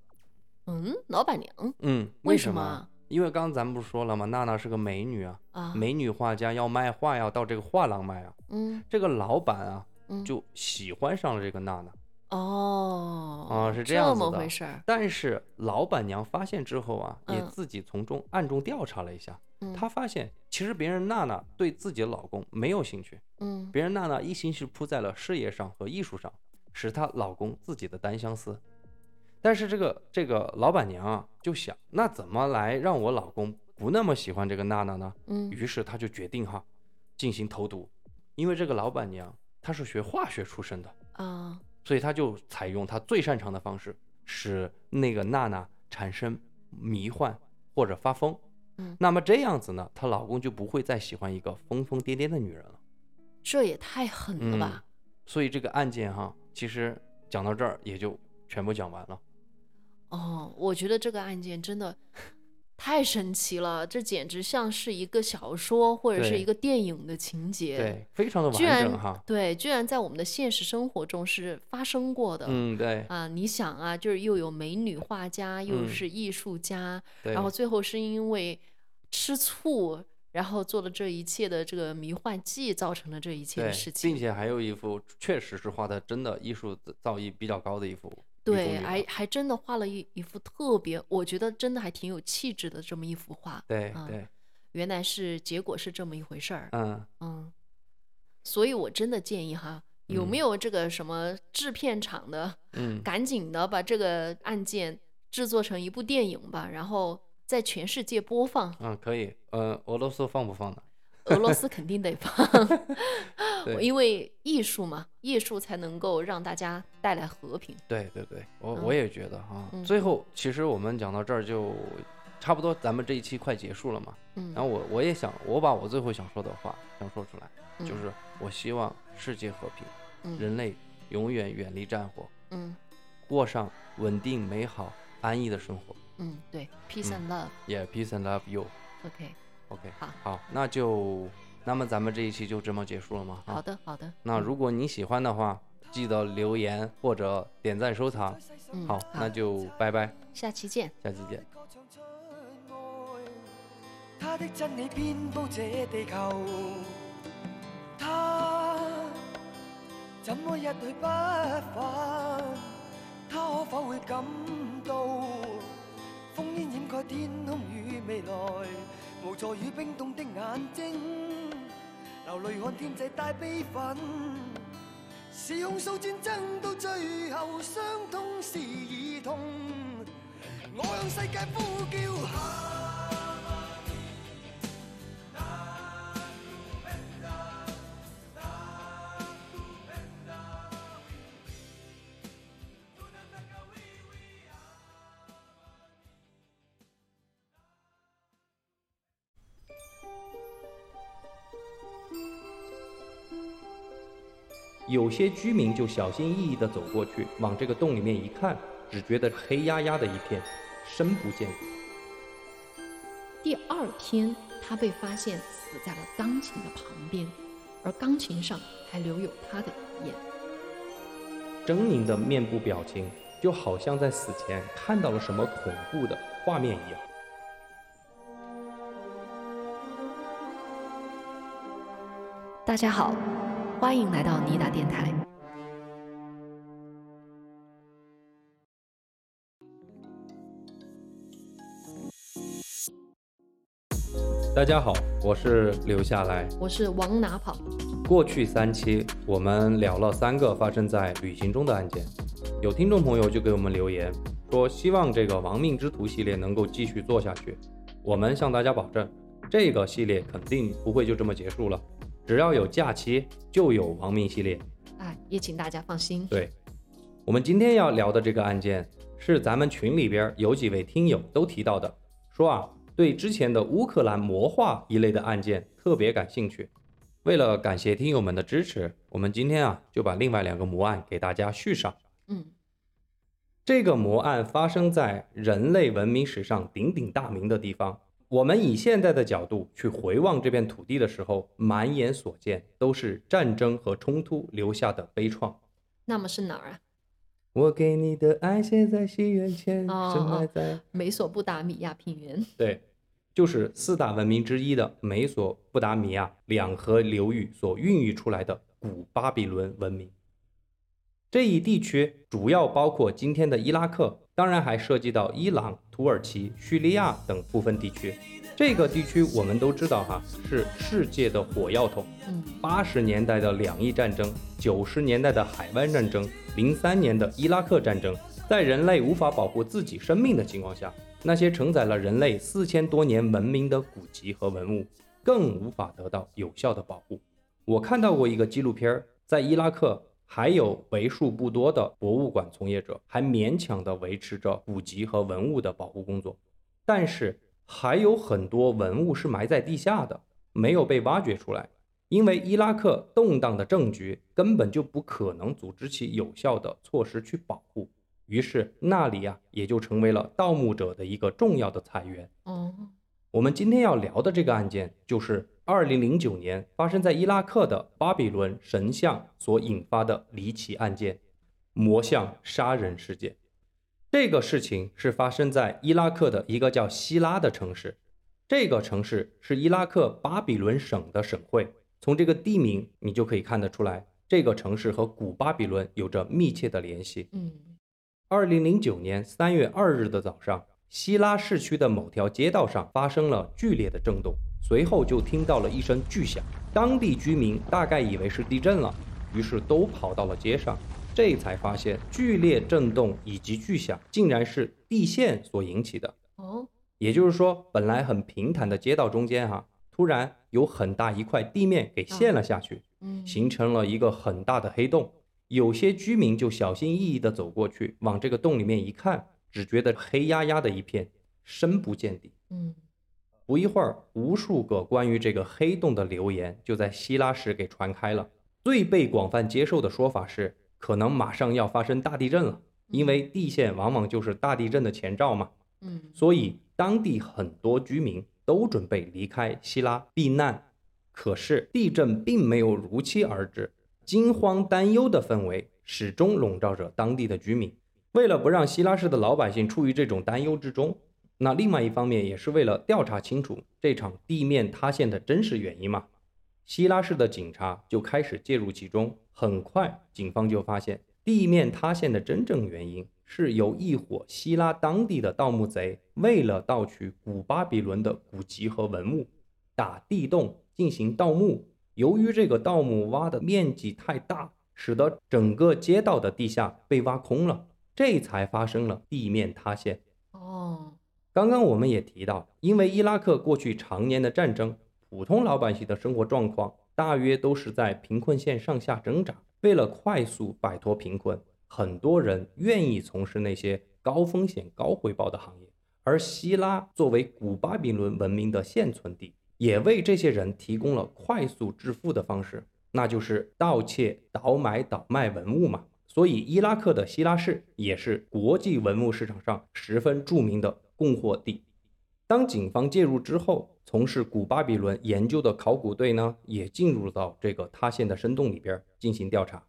嗯，老板娘
嗯，
为
什
什么
么
啊？
因为刚刚咱们不是说了吗？娜娜是个美女啊，
啊，
美女画家要卖画要到这个画廊卖啊。
嗯
这个老板啊，
嗯
就喜欢上了这个娜娜。
哦
啊是这
这
样子
么
的
回事儿，
但是老板娘发现之后啊，也
嗯
自己从中暗中调查了一下，
嗯
她发现其实别人娜娜对自己的老公没有兴趣，
嗯
别人娜娜一心是扑在了事业上和艺术上，使她老公自己的单相思。但是这个这个老板娘啊，就想那怎么来让我老公不那么喜欢这个娜娜呢？
嗯
于是她就决定哈，进行投毒，因为这个老板娘她是学化学出身的，
啊
所以他就采用他最擅长的方式，使那个娜娜产生迷幻或者发疯。
嗯
那么这样子呢，她老公就不会再喜欢一个疯疯癫癫的女人了。
这也太狠了
嗯
吧！
所以这个案件哈，其实讲到这儿也就全部讲完了。
哦，我觉得这个案件真的太神奇了，这简直像是一个小说或者是
对
一个电影的情节。
对，非常的完
居然
整哈。
对，居然在我们的现实生活中是发生过的。
嗯，对
啊，你想啊，就是又有美女画家，又
嗯
是艺术家，
对。
然后最后是因为吃醋，然后做了这一切的这个迷幻剂，造成了这一切
对
的事，情
并。且还有一幅确实是画的真的艺术造诣比较高的一幅女工
对，哎
女
还
画
还真的画了一一幅特别，我觉得真的还挺有气质的这么一幅画。
对
啊
对，
原来是结果是这么一回事儿。
嗯，
嗯，所以我真的建议哈，有没
嗯
有这个什么制片厂的，
嗯。
*laughs* 赶紧的把这个案件制作成一部电影吧，然后在全世界播放
嗯，可以。呃，俄罗斯放不放呢？
俄罗斯肯定得放
*laughs* 对，
因为艺术嘛，艺术才能够让大家带来和平。
对对对，我、
嗯
我也觉得哈、
嗯
最后，其实我们讲到这儿就差不多，咱们这一期快结束了嘛。
嗯
然后我我也想，我把我最后想说的话想说出来，
嗯
就是我希望世界和平，
嗯
人类永远远离战火，
嗯
过上稳定、美好、安逸的生活。
嗯，对，peace
嗯
and love，OK，、
Yeah, peace and love you. OK，
*laughs* 好
那就那么咱们这一期就这么结束了吗？啊
好，的好的。嗯
那如果你喜欢的话，记得留言或者点赞收藏。
嗯
好，那就拜拜，
下期见。
下期见。
歌唱出愛，他的真理遍布這地球，他怎麼一去不返？他可否會感到烽煙掩蓋天空與未來，無助與冰凍的眼睛，流淚看天際帶悲憤。是控訴戰爭到最後，傷痛是兒童。我向世界呼叫。
有些居民就小心翼翼地走过去，往这个洞里面一看，只觉得黑压压的一片，深不见底。
第二天，他被发现死在了钢琴的旁边，而钢琴上还留有他的遗言。
狰狞的面部表情，就好像在死前看到了什么恐怖的画面一样。
大家好，欢迎来到尼达电台。
大家好，我是留下来。
我是往哪跑？
过去三期我们聊了三个发生在旅行中的案件，有听众朋友就给我们留言说，希望这个亡命之徒系列能够继续做下去。我们向大家保证，这个系列肯定不会就这么结束了，只要有假期就有亡命系列。
哎，也请大家放心。
对，我们今天要聊的这个案件是咱们群里边有几位听友都提到的，说啊对之前的乌克兰魔化一类的案件特别感兴趣。为了感谢听友们的支持，我们今天啊就把另外两个魔案给大家续上。
嗯，这个魔案发生在人类文明史上鼎鼎大名的地方。我们以现在的角度去回望这片土地的时候，满眼所见都是战争和冲突留下的悲怆。
那么是哪儿啊？
我给你的爱写在西元前，
哦
深埋
哦
在
美索不达米亚平原。
对，就是四大文明之一的美索不达米亚两河流域所孕育出来的古巴比伦文明。这一地区主要包括今天的伊拉克，当然还涉及到伊朗、土耳其、叙利亚等部分地区。这个地区我们都知道哈，是世界的火药桶。
嗯，
八十年代的两伊战争，九十年代的海湾战争，零三年的伊拉克战争，在人类无法保护自己生命的情况下，那些承载了人类四千多年文明的古籍和文物，更无法得到有效的保护。我看到过一个纪录片儿，在伊拉克，还有为数不多的博物馆从业者还勉强地维持着古籍和文物的保护工作，但是还有很多文物是埋在地下的，没有被挖掘出来。因为伊拉克动荡的政局根本就不可能组织起有效的措施去保护，于是那里啊也就成为了盗墓者的一个重要的财源。
哦，
我们今天要聊的这个案件，就是2009年发生在伊拉克的巴比伦神像所引发的离奇案件——魔像杀人事件。这个事情是发生在伊拉克的一个叫希拉的城市，这个城市是伊拉克巴比伦省的省会。从这个地名，你就可以看得出来，这个城市和古巴比伦有着密切的联系。
嗯，
二零零九年三月二日的早上，希拉市区的某条街道上发生了剧烈的震动，随后就听到了一声巨响。当地居民大概以为是地震了，于是都跑到了街上，这才发现剧烈震动以及巨响竟然是地陷所引起的。
哦，
也就是说，本来很平坦的街道中间哈、突然有很大一块地面给陷了下去。
嗯，
形成了一个很大的黑洞。有些居民就小心翼翼地走过去，往这个洞里面一看，只觉得黑压压的一片，深不见底。
嗯，
不一会儿，无数个关于这个黑洞的留言就在希拉市给传开了。最被广泛接受的说法是，可能马上要发生大地震了，因为地陷往往就是大地震的前兆嘛。
嗯，
所以当地很多居民都准备离开希拉避难。可是地震并没有如期而至，惊慌担忧的氛围始终笼罩着当地的居民。为了不让希拉市的老百姓处于这种担忧之中，那另外一方面也是为了调查清楚这场地面塌陷的真实原因嘛。希拉市的警察就开始介入其中。很快，警方就发现地面塌陷的真正原因是由一伙希拉当地的盗墓贼为了盗取古巴比伦的古籍和文物，打地洞进行盗墓。由于这个盗墓挖的面积太大，使得整个街道的地下被挖空了，这才发生了地面塌陷。
哦，
刚刚我们也提到，因为伊拉克过去常年的战争，普通老百姓的生活状况大约都是在贫困线上下挣扎。为了快速摆脱贫困，很多人愿意从事那些高风险高回报的行业。而希拉作为古巴比伦文明的现存地，也为这些人提供了快速致富的方式，那就是盗窃、倒买、倒卖文物嘛。所以，伊拉克的希拉市也是国际文物市场上十分著名的供货地。当警方介入之后，从事古巴比伦研究的考古队呢，也进入到这个塌陷的深洞里边儿进行调查。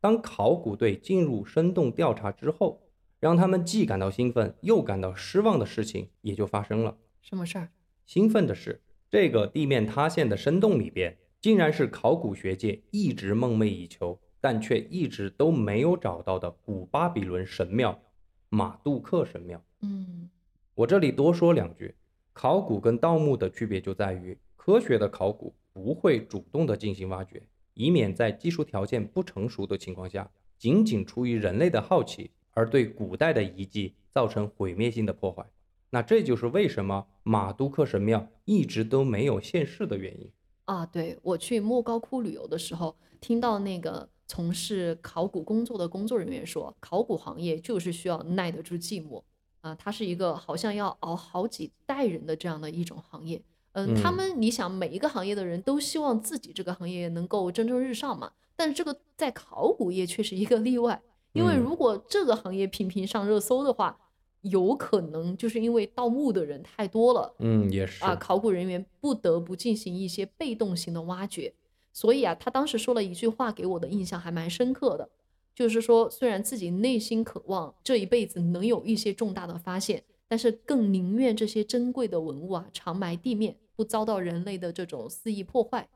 当考古队进入深洞调查之后，让他们既感到兴奋又感到失望的事情也就发生了。
什么事儿？
兴奋的是，这个地面塌陷的深洞里边，竟然是考古学界一直梦寐以求，但却一直都没有找到的古巴比伦神庙——马杜克神庙。
嗯，
我这里多说两句，考古跟盗墓的区别就在于，科学的考古不会主动的进行挖掘，以免在技术条件不成熟的情况下，仅仅出于人类的好奇而对古代的遗迹造成毁灭性的破坏。那这就是为什么马都克神庙一直都没有现世的原因。
啊，对，我去莫高窟旅游的时候，听到那个从事考古工作的工作人员说，考古行业就是需要耐得住寂寞啊，它是一个好像要熬好几代人的这样的一种行业。嗯，他
嗯
们你想，每一个行业的人都希望自己这个行业能够蒸蒸日上嘛，但是这个在考古业却是一个例外，因为
嗯
如果这个行业频频上热搜的话，有可能就是因为盗墓的人太多了，
嗯，也是
啊，考古人员不得不进行一些被动型的挖掘。所以啊，他当时说了一句话，给我的印象还蛮深刻的，就是说，虽然自己内心渴望这一辈子能有一些重大的发现，但是更宁愿这些珍贵的文物啊长埋地面，不遭到人类的这种肆意破坏。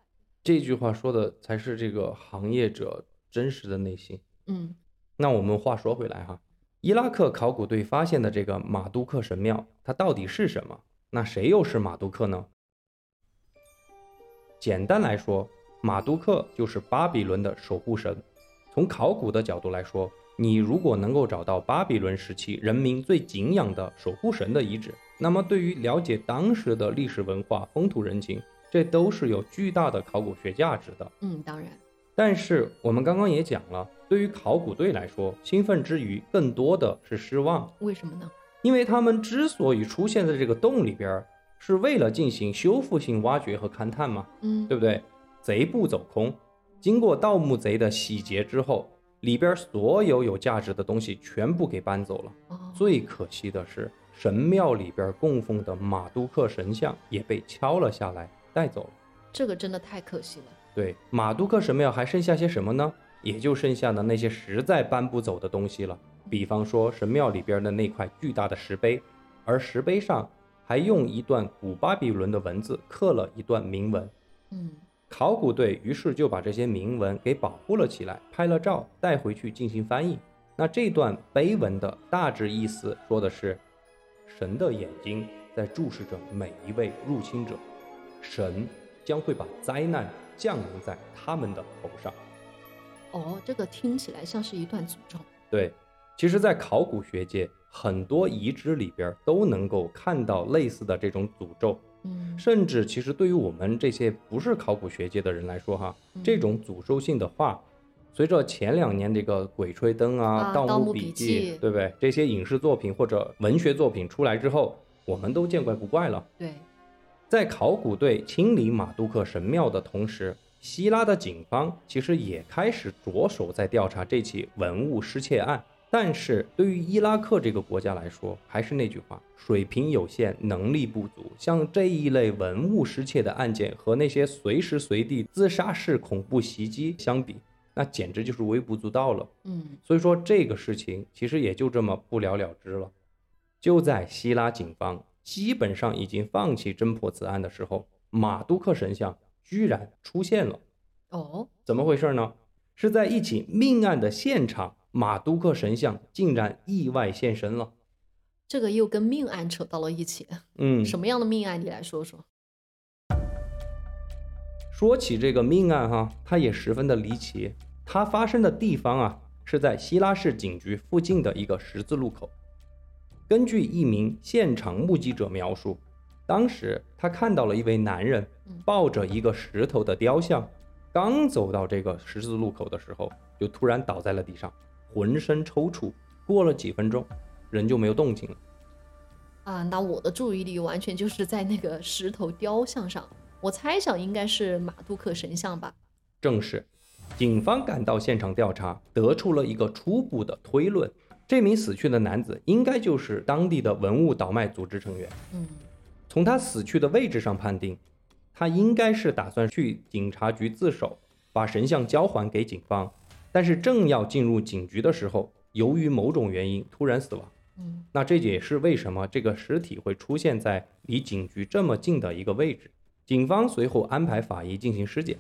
这句话说的才是这个行业者真实的内心。
嗯
那我们话说回来哈，伊拉克考古队发现的这个马都克神庙，它到底是什么？那谁又是马都克呢？简单来说，马都克就是巴比伦的守护神。从考古的角度来说，你如果能够找到巴比伦时期人民最敬仰的守护神的遗址，那么对于了解当时的历史文化、风土人情，这都是有巨大的考古学价值的。
嗯，当然，
但是我们刚刚也讲了，对于考古队来说，兴奋之余更多的是失望，
为什么呢？
因为他们之所以出现在这个洞里边儿，是为了进行修复性挖掘和勘探嘛，
嗯，
对不对？贼不走空，经过盗墓贼的洗劫之后，里边所有有价值的东西全部给搬走了。
哦，
最可惜的是，神庙里边供奉的马都克神像也被敲了下来，带走了。
这个真的太可惜了。
对，马都克神庙还剩下些什么呢？也就剩下的那些实在搬不走的东西了，比方说神庙里边的那块巨大的石碑，而石碑上还用一段古巴比伦的文字刻了一段铭文。
嗯，
考古队于是就把这些铭文给保护了起来，拍了照带回去进行翻译。那这段碑文的大致意思说的是，神的眼睛在注视着每一位入侵者，神将会把灾难降临在他们的头上。
哦，这个听起来像是一段诅咒。
对，其实，在考古学界，很多遗址里边都能够看到类似的这种诅咒。
嗯，
甚至其实对于我们这些不是考古学界的人来说，哈，这种诅咒性的话，随着前两年这个《鬼吹灯》啊，
啊
盗
盗
墓
墓
笔
笔
记
记》
对不对？这些影视作品或者文学作品出来之后，我们都见怪不怪了。
对，
在考古队清理马杜克神庙的同时，希腊的警方其实也开始着手在调查这起文物失窃案。但是对于伊拉克这个国家来说，还是那句话，水平有限，能力不足。像这一类文物失窃的案件和那些随时随地自杀式恐怖袭击相比，那简直就是微不足道了。
嗯
所以说这个事情其实也就这么不了了之了。就在希腊警方基本上已经放弃侦破此案的时候，马都克神像居然出现了。
哦，
怎么回事呢？是在一起命案的现场，马都克神像竟然意外现身了。
这个又跟命案扯到了一起。
嗯，
什么样的命案？你来说说。
说起这个命案哈、它也十分的离奇。它发生的地方啊，是在希拉市警局附近的一个十字路口。根据一名现场目击者描述，当时他看到了一位男人
嗯
抱着一个石头的雕像，刚走到这个十字路口的时候，就突然倒在了地上，浑身抽搐。过了几分钟，人就没有动静了。
啊，那我的注意力完全就是在那个石头雕像上，我猜想应该是马杜克神像吧。
正是，警方赶到现场调查，得出了一个初步的推论：这名死去的男子应该就是当地的文物倒卖组织成员。
嗯，
从他死去的位置上判定，他应该是打算去警察局自首，把神像交还给警方。但是正要进入警局的时候，由于某种原因突然死亡。
嗯，
那这也是为什么这个尸体会出现在离警局这么近的一个位置。警方随后安排法医进行尸检，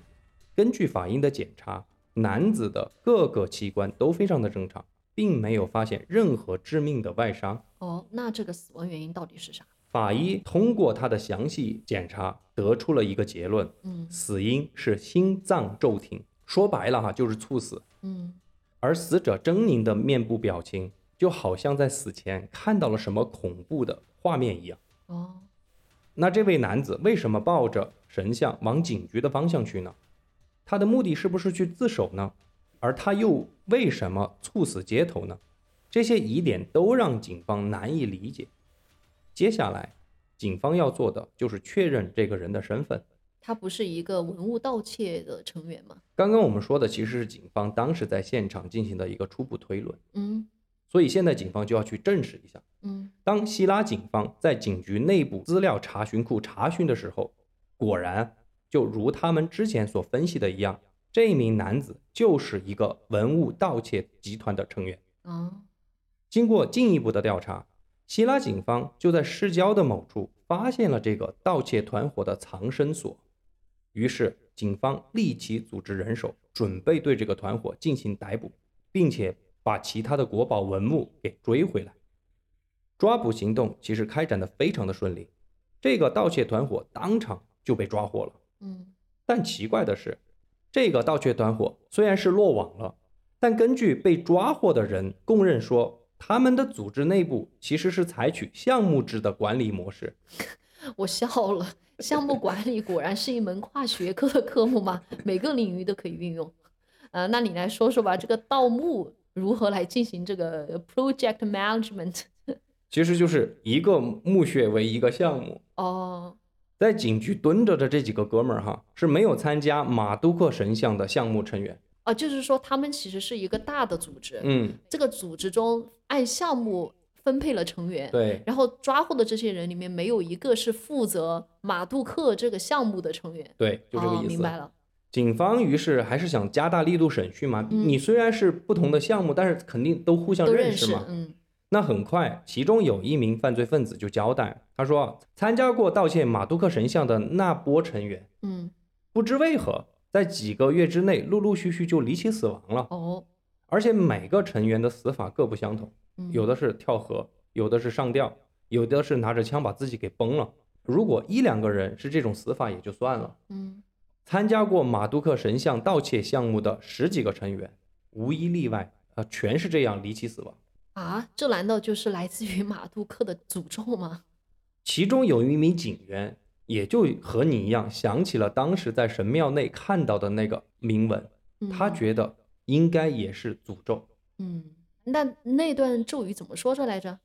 根据法医的检查，男子的各个器官都非常的正常，并没有发现任何致命的外伤。
哦，那这个死亡原因到底是啥？
法医通过他的详细检查，得出了一个结论：
嗯
死因是心脏骤停，说白了哈，就是猝死。
嗯，
而死者狰狞的面部表情，就好像在死前看到了什么恐怖的画面一样。
哦，
那这位男子为什么抱着神像往警局的方向去呢？他的目的是不是去自首呢？而他又为什么猝死街头呢？这些疑点都让警方难以理解。接下来，警方要做的就是确认这个人的身份，
他不是一个文物盗窃的成员吗？
刚刚我们说的其实是警方当时在现场进行的一个初步推论，
嗯
所以现在警方就要去证实一下。
嗯
当希拉警方在警局内部资料查询库查询的时候，果然就如他们之前所分析的一样，这名男子就是一个文物盗窃集团的成员。
啊
经过进一步的调查，希拉警方就在市郊的某处发现了这个盗窃团伙的藏身所，于是警方立即组织人手，准备对这个团伙进行逮捕，并且把其他的国宝文物给追回来。抓捕行动其实开展的非常的顺利，这个盗窃团伙当场就被抓获了。
嗯
但奇怪的是，这个盗窃团伙虽然是落网了，但根据被抓获的人供认说，他们的组织内部其实是采取项目制的管理模式。
我笑了。项目管理果然是一门跨学科的科目嘛，每个领域都可以运用。啊，那你来说说吧，这个盗墓如何来进行这个呃 project management？
其实就是一个墓穴为一个项目，
哦，
在警局蹲着的这几个哥们儿哈是没有参加马都克神像的项目成员。
啊，就是说他们其实是一个大的组织，
嗯，
这个组织中按项目分配了成员，
对，
然后抓获的这些人里面没有一个是负责马杜克这个项目的成员。
对，就这个
哦，
意
明
思。
白了。
警方于是还是想加大力度审讯嘛。
嗯
你虽然是不同的项目，但是肯定都互相
都
认
认
识
识
嘛。，
嗯
那很快，其中有一名犯罪分子就交代，他说，啊参加过盗窃马杜克神像的那波成员，
嗯，
不知为何，在几个月之内，陆陆续续就离奇死亡了，
哦，
而且每个成员的死法各不相同，
嗯
有的是跳河，有的是上吊，有的是拿着枪把自己给崩了。如果一两个人是这种死法也就算了，
嗯
参加过马杜克神像盗窃项目的十几个成员，无一例外啊、全是这样离奇死亡。
啊，这难道就是来自于马杜克的诅咒吗？
其中有一名警员，也就和你一样想起了当时在神庙内看到的那个铭文，他
嗯
觉得应该也是诅咒。
嗯，那那段咒语怎么说着来着？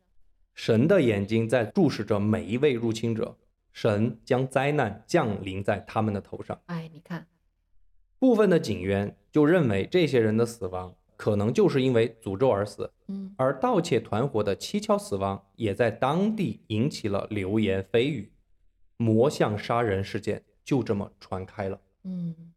神的眼睛在注视着每一位入侵者，神将灾难降临在他们的头上。
哎，你看，
部分的警员就认为这些人的死亡可能就是因为诅咒而死，
嗯
而盗窃团伙的蹊跷死亡也在当地引起了流言蜚语，魔像杀人事件就这么传开了。
嗯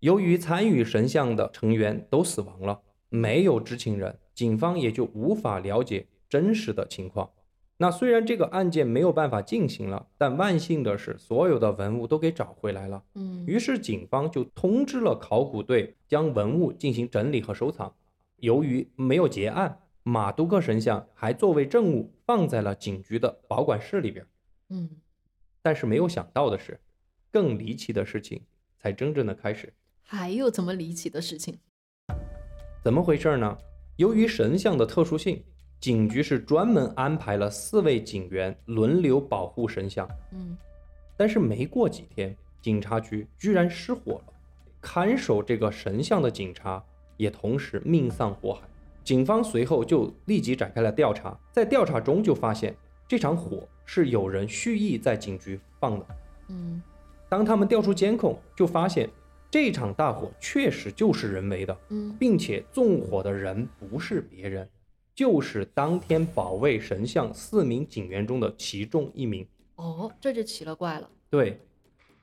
由于参与神像的成员都死亡了，没有知情人，警方也就无法了解真实的情况。那虽然这个案件没有办法进行了，但万幸的是，所有的文物都给找回来了。
嗯，
于是警方就通知了考古队，将文物进行整理和收藏。由于没有结案，马都克神像还作为证物放在了警局的保管室里边。
嗯，
但是没有想到的是，更离奇的事情才真正的开始。
还有怎么离奇的事情？
怎么回事呢？由于神像的特殊性，警局是专门安排了四位警员轮流保护神像。
嗯
但是没过几天，警察局居然失火了，看守这个神像的警察也同时命丧火海。警方随后就立即展开了调查，在调查中就发现这场火是有人蓄意在警局放的。
嗯
当他们调出监控，就发现这场大火确实就是人为的。
嗯
并且纵火的人不是别人，就是当天保卫神像四名警员中的其中一名。
哦，这就奇了怪了。
对，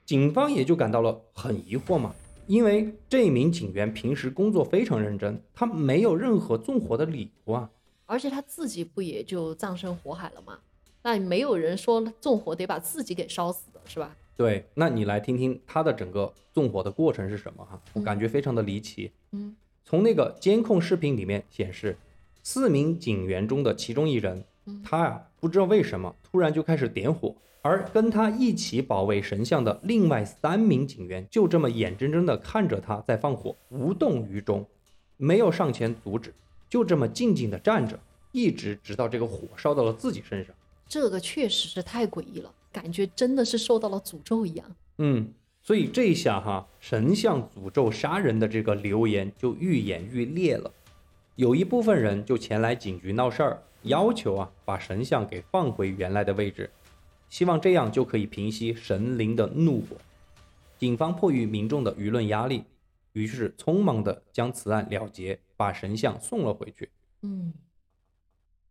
警方也就感到了很疑惑嘛，因为这名警员平时工作非常认真，他没有任何纵火的理由啊。
而且他自己不也就葬身火海了吗？那没有人说纵火得把自己给烧死的是吧？
对，那你来听听他的整个纵火的过程是什么哈、我感觉非常的离奇。
嗯
从那个监控视频里面显示，四名警员中的其中一人
嗯，
他啊不知道为什么突然就开始点火，而跟他一起保卫神像的另外三名警员就这么眼睁睁地看着他在放火，无动于衷，没有上前阻止，就这么静静地站着，一直直到这个火烧到了自己身上。
这个确实是太诡异了，感觉真的是受到了诅咒一样。
嗯，所以这一下哈，神像诅咒杀人的这个流言就愈演愈烈了。有一部分人就前来警局闹事儿，要求啊把神像给放回原来的位置，希望这样就可以平息神灵的怒火。警方迫于民众的舆论压力，于是匆忙地将此案了结，把神像送了回去。
嗯，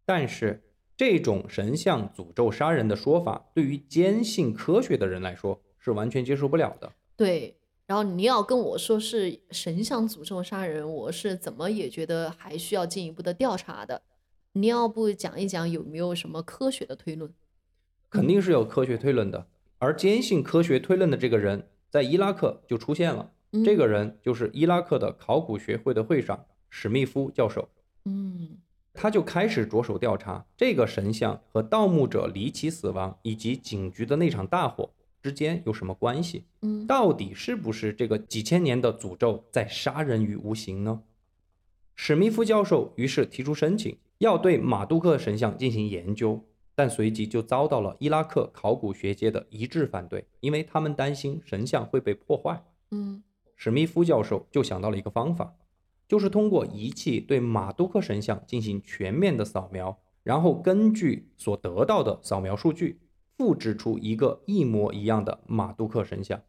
但是，这种神像诅咒杀人的说法，对于坚信科学的人来说是完全接受不了的。
对。然后你要跟我说是神像诅咒杀人，我是怎么也觉得还需要进一步的调查的。你要不讲一讲有没有什么科学的推论？
肯定是有科学推论的。而坚信科学推论的这个人，在伊拉克就出现了。
嗯
这个人就是伊拉克的考古学会的会长史密夫教授，
嗯
他就开始着手调查这个神像和盗墓者离奇死亡以及警局的那场大火之间有什么关系。
嗯
到底是不是这个几千年的诅咒在杀人于无形呢？史密夫教授于是提出申请，要对马杜克神像进行研究，但随即就遭到了伊拉克考古学界的一致反对，因为他们担心神像会被破坏。
嗯
史密夫教授就想到了一个方法，就是通过仪器对马杜克神像进行全面的扫描，然后根据所得到的扫描数据，复制出一个一模一样的马杜克神像。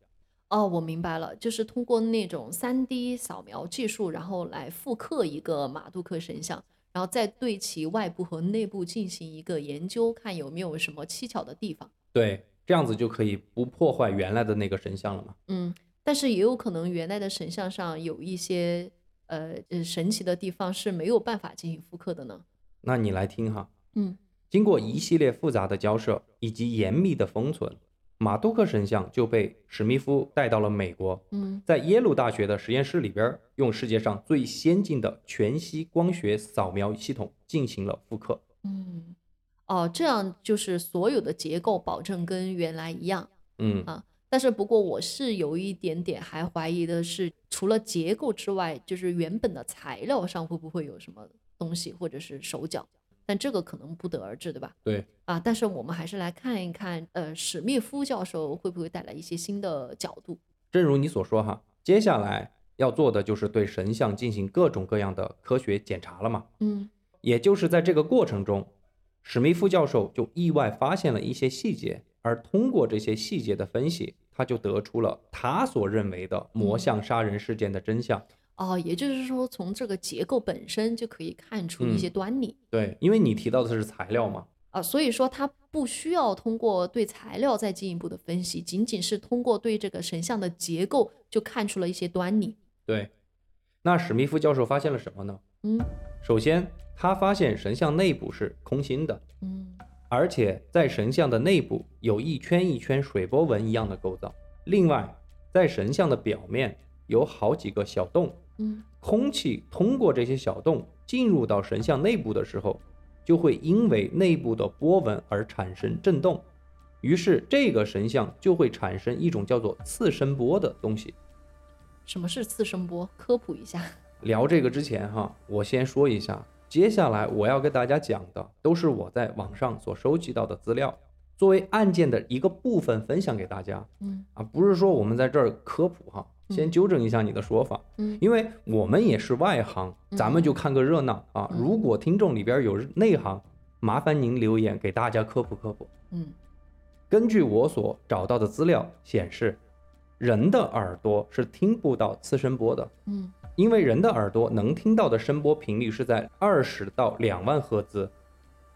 哦，我明白了，就是通过那种 3D 扫描技术，然后来复刻一个马杜克神像，然后再对其外部和内部进行一个研究，看有没有什么蹊跷的地方。
对，这样子就可以不破坏原来的那个神像了嘛。
嗯，但是也有可能原来的神像上有一些呃呃神奇的地方是没有办法进行复刻的呢。
那你来听哈，
嗯
经过一系列复杂的交涉以及严密的封存，马杜克神像就被史密夫带到了美国，
嗯
在耶鲁大学的实验室里边儿，用世界上最先进的全息光学扫描系统进行了复刻。
嗯，哦，这样就是所有的结构保证跟原来一样。
嗯
啊但是不过我是有一点点还怀疑的是，除了结构之外，就是原本的材料上会不会有什么东西或者是手脚？但这个可能不得而知，对吧？
对。
啊，但是我们还是来看一看，呃，史密夫教授会不会带来一些新的角度？
正如你所说哈，接下来要做的就是对神像进行各种各样的科学检查了嘛。
嗯
也就是在这个过程中，史密夫教授就意外发现了一些细节，而通过这些细节的分析，他就得出了他所认为的魔像杀人事件的真相。
哦，也就是说，从这个结构本身就可以看出一
嗯
些端倪、
对，因为你提到的是材料嘛，
啊，所以说它不需要通过对材料再进一步的分析，仅仅是通过对这个神像的结构就看出了一些端倪。
对。那史密夫教授发现了什么呢？
嗯
首先，他发现神像内部是空心的，
嗯
而且在神像的内部有一圈一圈水波纹一样的构造。另外，在神像的表面有好几个小洞，
嗯
空气通过这些小洞进入到神像内部的时候，就会因为内部的波纹而产生震动，于是这个神像就会产生一种叫做次声波的东西。
什么是次声波？科普一下。
聊这个之前哈，我先说一下，接下来我要跟大家讲的都是我在网上所收集到的资料，作为案件的一个部分分享给大家
嗯
啊，不是说我们在这儿科普哈，
嗯
先纠正一下你的说法，
嗯
因为我们也是外行，咱们就看个热闹啊。
嗯
如果听众里边有内行，麻烦您留言给大家科普科普。
嗯
根据我所找到的资料显示，人的耳朵是听不到次声波的，
嗯
因为人的耳朵能听到的声波频率是在二十到两万赫兹，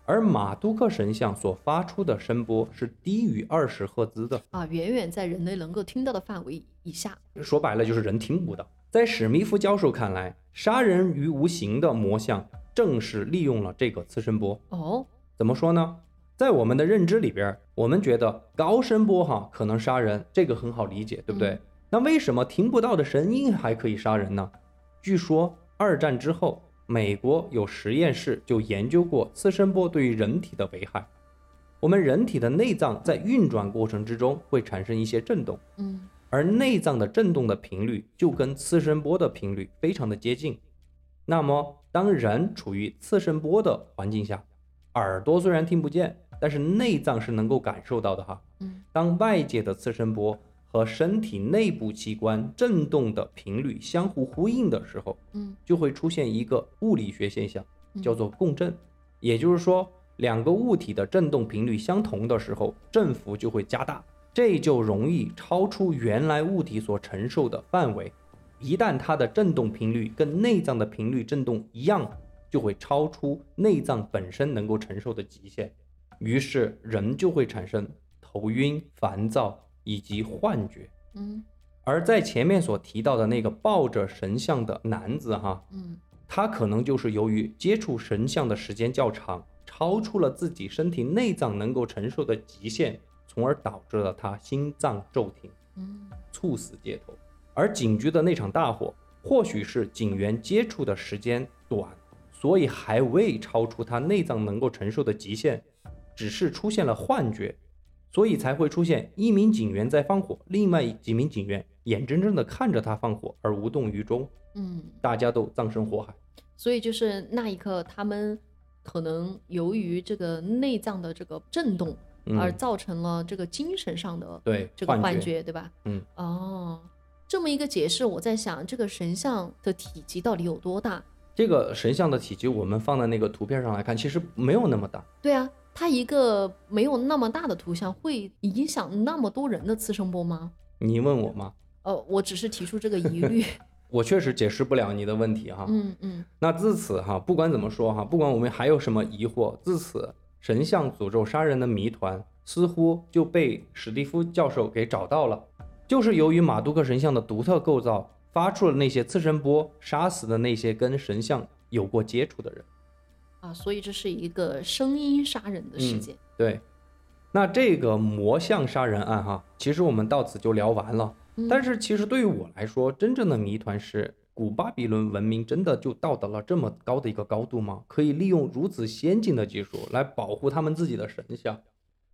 而马杜克神像所发出的声波是低于二十赫兹的。
啊，远远在人类能够听到的范围以下。
说白了就是人听不到。在史密夫教授看来，杀人于无形的魔像正是利用了这个次声波。
哦，
怎么说呢？在我们的认知里边，我们觉得高声波哈可能杀人，这个很好理解，对不对？
嗯
那为什么听不到的声音还可以杀人呢？据说二战之后，美国有实验室就研究过次声波对于人体的危害。我们人体的内脏在运转过程之中会产生一些震动。
嗯
而内脏的振动的频率就跟次声波的频率非常的接近。那么，当人处于次声波的环境下，耳朵虽然听不见，但是内脏是能够感受到的哈。
嗯
当外界的次声波和身体内部器官振动的频率相互呼应的时候，
嗯
就会出现一个物理学现象，
嗯
叫做共振。也就是说，两个物体的振动频率相同的时候，振幅就会加大。这就容易超出原来物体所承受的范围。一旦它的振动频率跟内脏的频率振动一样，就会超出内脏本身能够承受的极限，于是人就会产生头晕、烦躁以及幻觉。
嗯
而在前面所提到的那个抱着神像的男子，哈，
嗯
他可能就是由于接触神像的时间较长，超出了自己身体内脏能够承受的极限，从而导致了他心脏骤停，
嗯
猝死街头。而警局的那场大火，或许是警员接触的时间短，所以还未超出他内脏能够承受的极限，只是出现了幻觉，所以才会出现一名警员在放火，另外几名警员眼睁睁地看着他放火而无动于衷，
嗯，
大家都葬身火海。
所以就是那一刻，他们可能由于这个内脏的这个震动，
嗯
而造成了这个精神上的
对
嗯这个幻
幻
觉，对吧？
嗯，
哦，这么一个解释，我在想这个神像的体积到底有多大？
这个神像的体积，我们放在那个图片上来看，其实没有那么大。
对啊，它一个没有那么大的图像，会影响那么多人的次声波吗？
你问我吗？
呃，我只是提出这个疑
*laughs*
虑。
我确实解释不了你的问题哈。
嗯嗯
那自此哈，不管怎么说哈，不管我们还有什么疑惑，自此神像诅咒杀人的谜团似乎就被史蒂夫教授给找到了。就是由于马杜克神像的独特构造，发出了那些次声波，杀死的那些跟神像有过接触的人。
啊，所以这是一个声音杀人的事
嗯
件。
对，那这个魔像杀人案哈，其实我们到此就聊完了。
嗯
但是其实对于我来说，真正的谜团是：古巴比伦文明真的就到达了这么高的一个高度吗？可以利用如此先进的技术来保护他们自己的神像？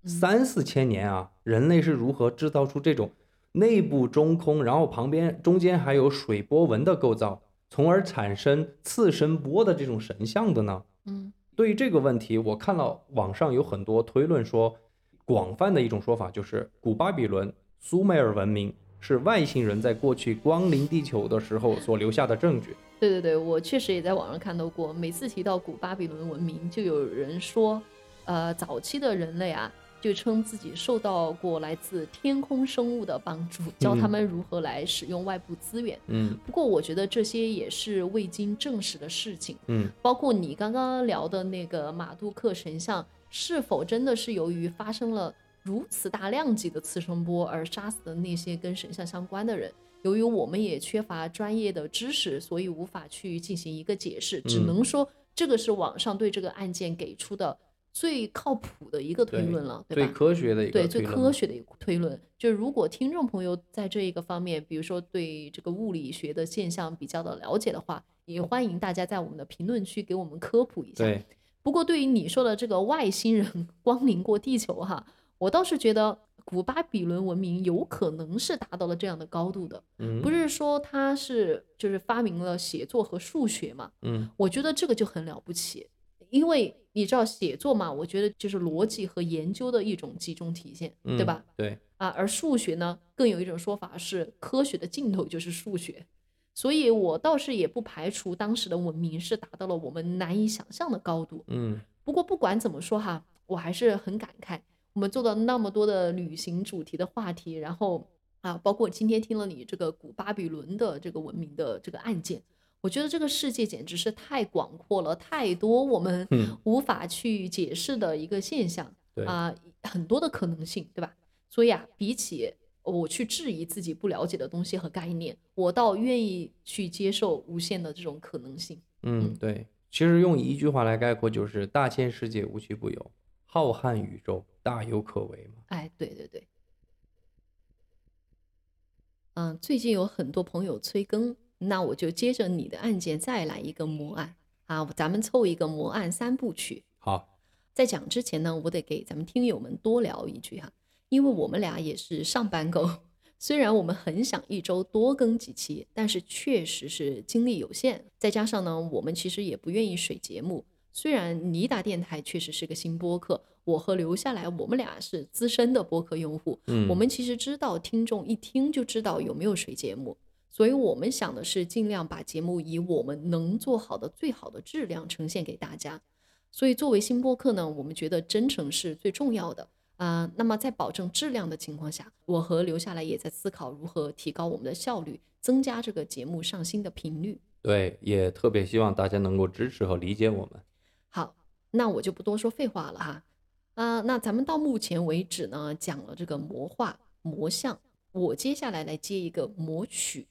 三四千年啊，人类是如何制造出这种内部中空，然后旁边中间还有水波纹的构造，从而产生次声波的这种神像的呢？
嗯
对于这个问题，我看到网上有很多推论说，广泛的一种说法就是古巴比伦、苏美尔文明是外星人在过去光临地球的时候所留下的证据。
对对对，我确实也在网上看到过。每次提到古巴比伦文明，就有人说，呃，早期的人类啊，就称自己受到过来自天空生物的帮助，教他
嗯
们如何来使用外部资源。
嗯
不过，我觉得这些也是未经证实的事情。
嗯，
包括你刚刚聊的那个马杜克神像，是否真的是由于发生了如此大量级的次声波而杀死的那些跟神像相关的人？由于我们也缺乏专业的知识，所以无法去进行一个解释，只
嗯
能说这个是网上对这个案件给出的最靠谱的一个推
对
论了，
最
吧？
科学的一个
对
推
最
论
科学的一个推论，就是如果听众朋友在这一个方面，比如说对这个物理学的现象比较的了解的话，也欢迎大家在我们的评论区给我们科普一下。
对，
不过对于你说的这个外星人 *laughs* 光临过地球哈，我倒是觉得古巴比伦文明有可能是达到了这样的高度的，
嗯
不是说他是就是发明了写作和数学嘛，
嗯
我觉得这个就很了不起，因为你知道写作嘛，我觉得就是逻辑和研究的一种集中体现，
嗯
对吧？？
对，
啊，而数学呢，更有一种说法是科学的尽头就是数学，所以我倒是也不排除当时的文明是达到了我们难以想象的高度。
嗯
不过不管怎么说哈，我还是很感慨，我们做到那么多的旅行主题的话题，然后啊，包括今天听了你这个古巴比伦的这个文明的这个案件，我觉得这个世界简直是太广阔了，太多我们
嗯
无法去解释的一个现象
对
啊、很多的可能性，对吧？所以啊，比起我去质疑自己不了解的东西和概念，我倒愿意去接受无限的这种可能性。
嗯
嗯
对。其实用一句话来概括，就是大千世界无奇不有，浩瀚宇宙大有可为嘛。
哎，对对对。嗯，最近有很多朋友催更，那我就接着你的案件再来一个魔案啊，咱们凑一个魔案三部曲。
好，
在讲之前呢，我得给咱们听友们多聊一句哈、因为我们俩也是上班狗，虽然我们很想一周多更几期，但是确实是精力有限，再加上呢，我们其实也不愿意水节目。虽然尼达电台确实是个新播客，我和留下来我们俩是资深的播客用户，
嗯，
我们其实知道听众一听就知道有没有水节目，所以我们想的是尽量把节目以我们能做好的最好的质量呈现给大家。所以作为新播客呢，我们觉得真诚是最重要的呃，那么在保证质量的情况下，我和留下来也在思考如何提高我们的效率，增加这个节目上新的频率。
对，也特别希望大家能够支持和理解我们。
好，那我就不多说废话了哈。啊、那咱们到目前为止呢，讲了这个魔画、魔像，我接下来来接一个魔曲。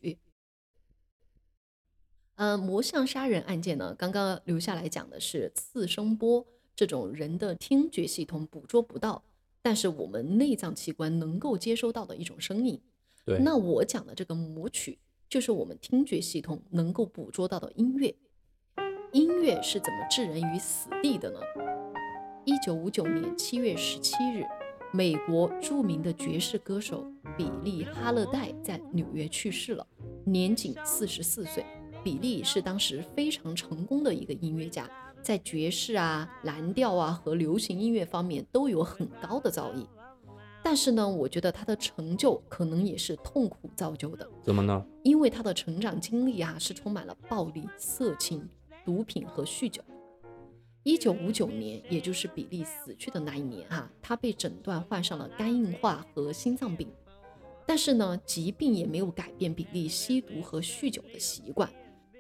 呃，魔像杀人案件呢，刚刚留下来讲的是次声波这种人的听觉系统捕捉不到，但是我们内脏器官能够接收到的一种声音。
对，
那我讲的这个魔曲，就是我们听觉系统能够捕捉到的音乐。音乐是怎么置人于死地的呢？一九五九年七月十七日，美国著名的爵士歌手比利·哈勒戴在纽约去世了，年仅四十四岁。比利是当时非常成功的一个音乐家，在爵士啊、蓝调啊和流行音乐方面都有很高的造诣。但是呢，我觉得他的成就可能也是痛苦造就的。
怎么呢？
因为他的成长经历啊是充满了暴力、色情、毒品和酗酒。一九五九年，也就是比利死去的那一年啊，他被诊断患上了肝硬化和心脏病。但是呢，疾病也没有改变比利吸毒和酗酒的习惯。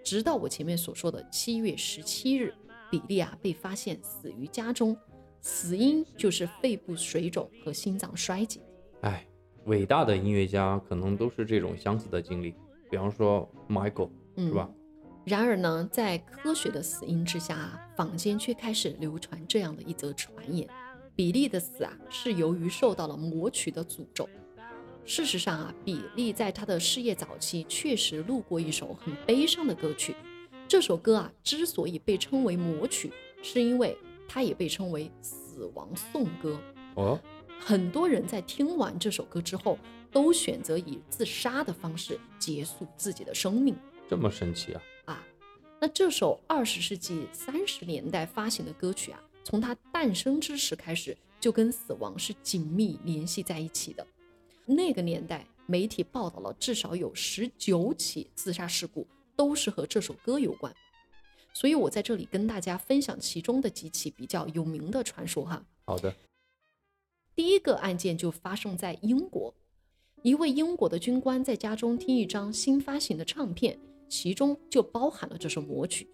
直到我前面所说的七月十七日，比利啊被发现死于家中，死因就是肺部水肿和心脏衰竭。
哎，伟大的音乐家可能都是这种相似的经历，比方说 Michael
嗯
是吧？
然而呢，在科学的死因之下啊，坊间却开始流传这样的一则传言：比利的死啊是由于受到了魔曲的诅咒。事实上啊，比利在他的事业早期确实录过一首很悲伤的歌曲。这首歌啊之所以被称为魔曲，是因为它也被称为死亡颂歌。
哦，
很多人在听完这首歌之后，都选择以自杀的方式结束自己的生命。
这么神奇啊！
啊。那这首二十世纪三十年代发行的歌曲啊，从它诞生之时开始，就跟死亡是紧密联系在一起的。那个年代，媒体报道了至少有十九起自杀事故，都是和这首歌有关。所以我在这里跟大家分享其中的几起比较有名的传说哈。
好的，
第一个案件就发生在英国，一位英国的军官在家中听一张新发行的唱片，其中就包含了这首魔曲。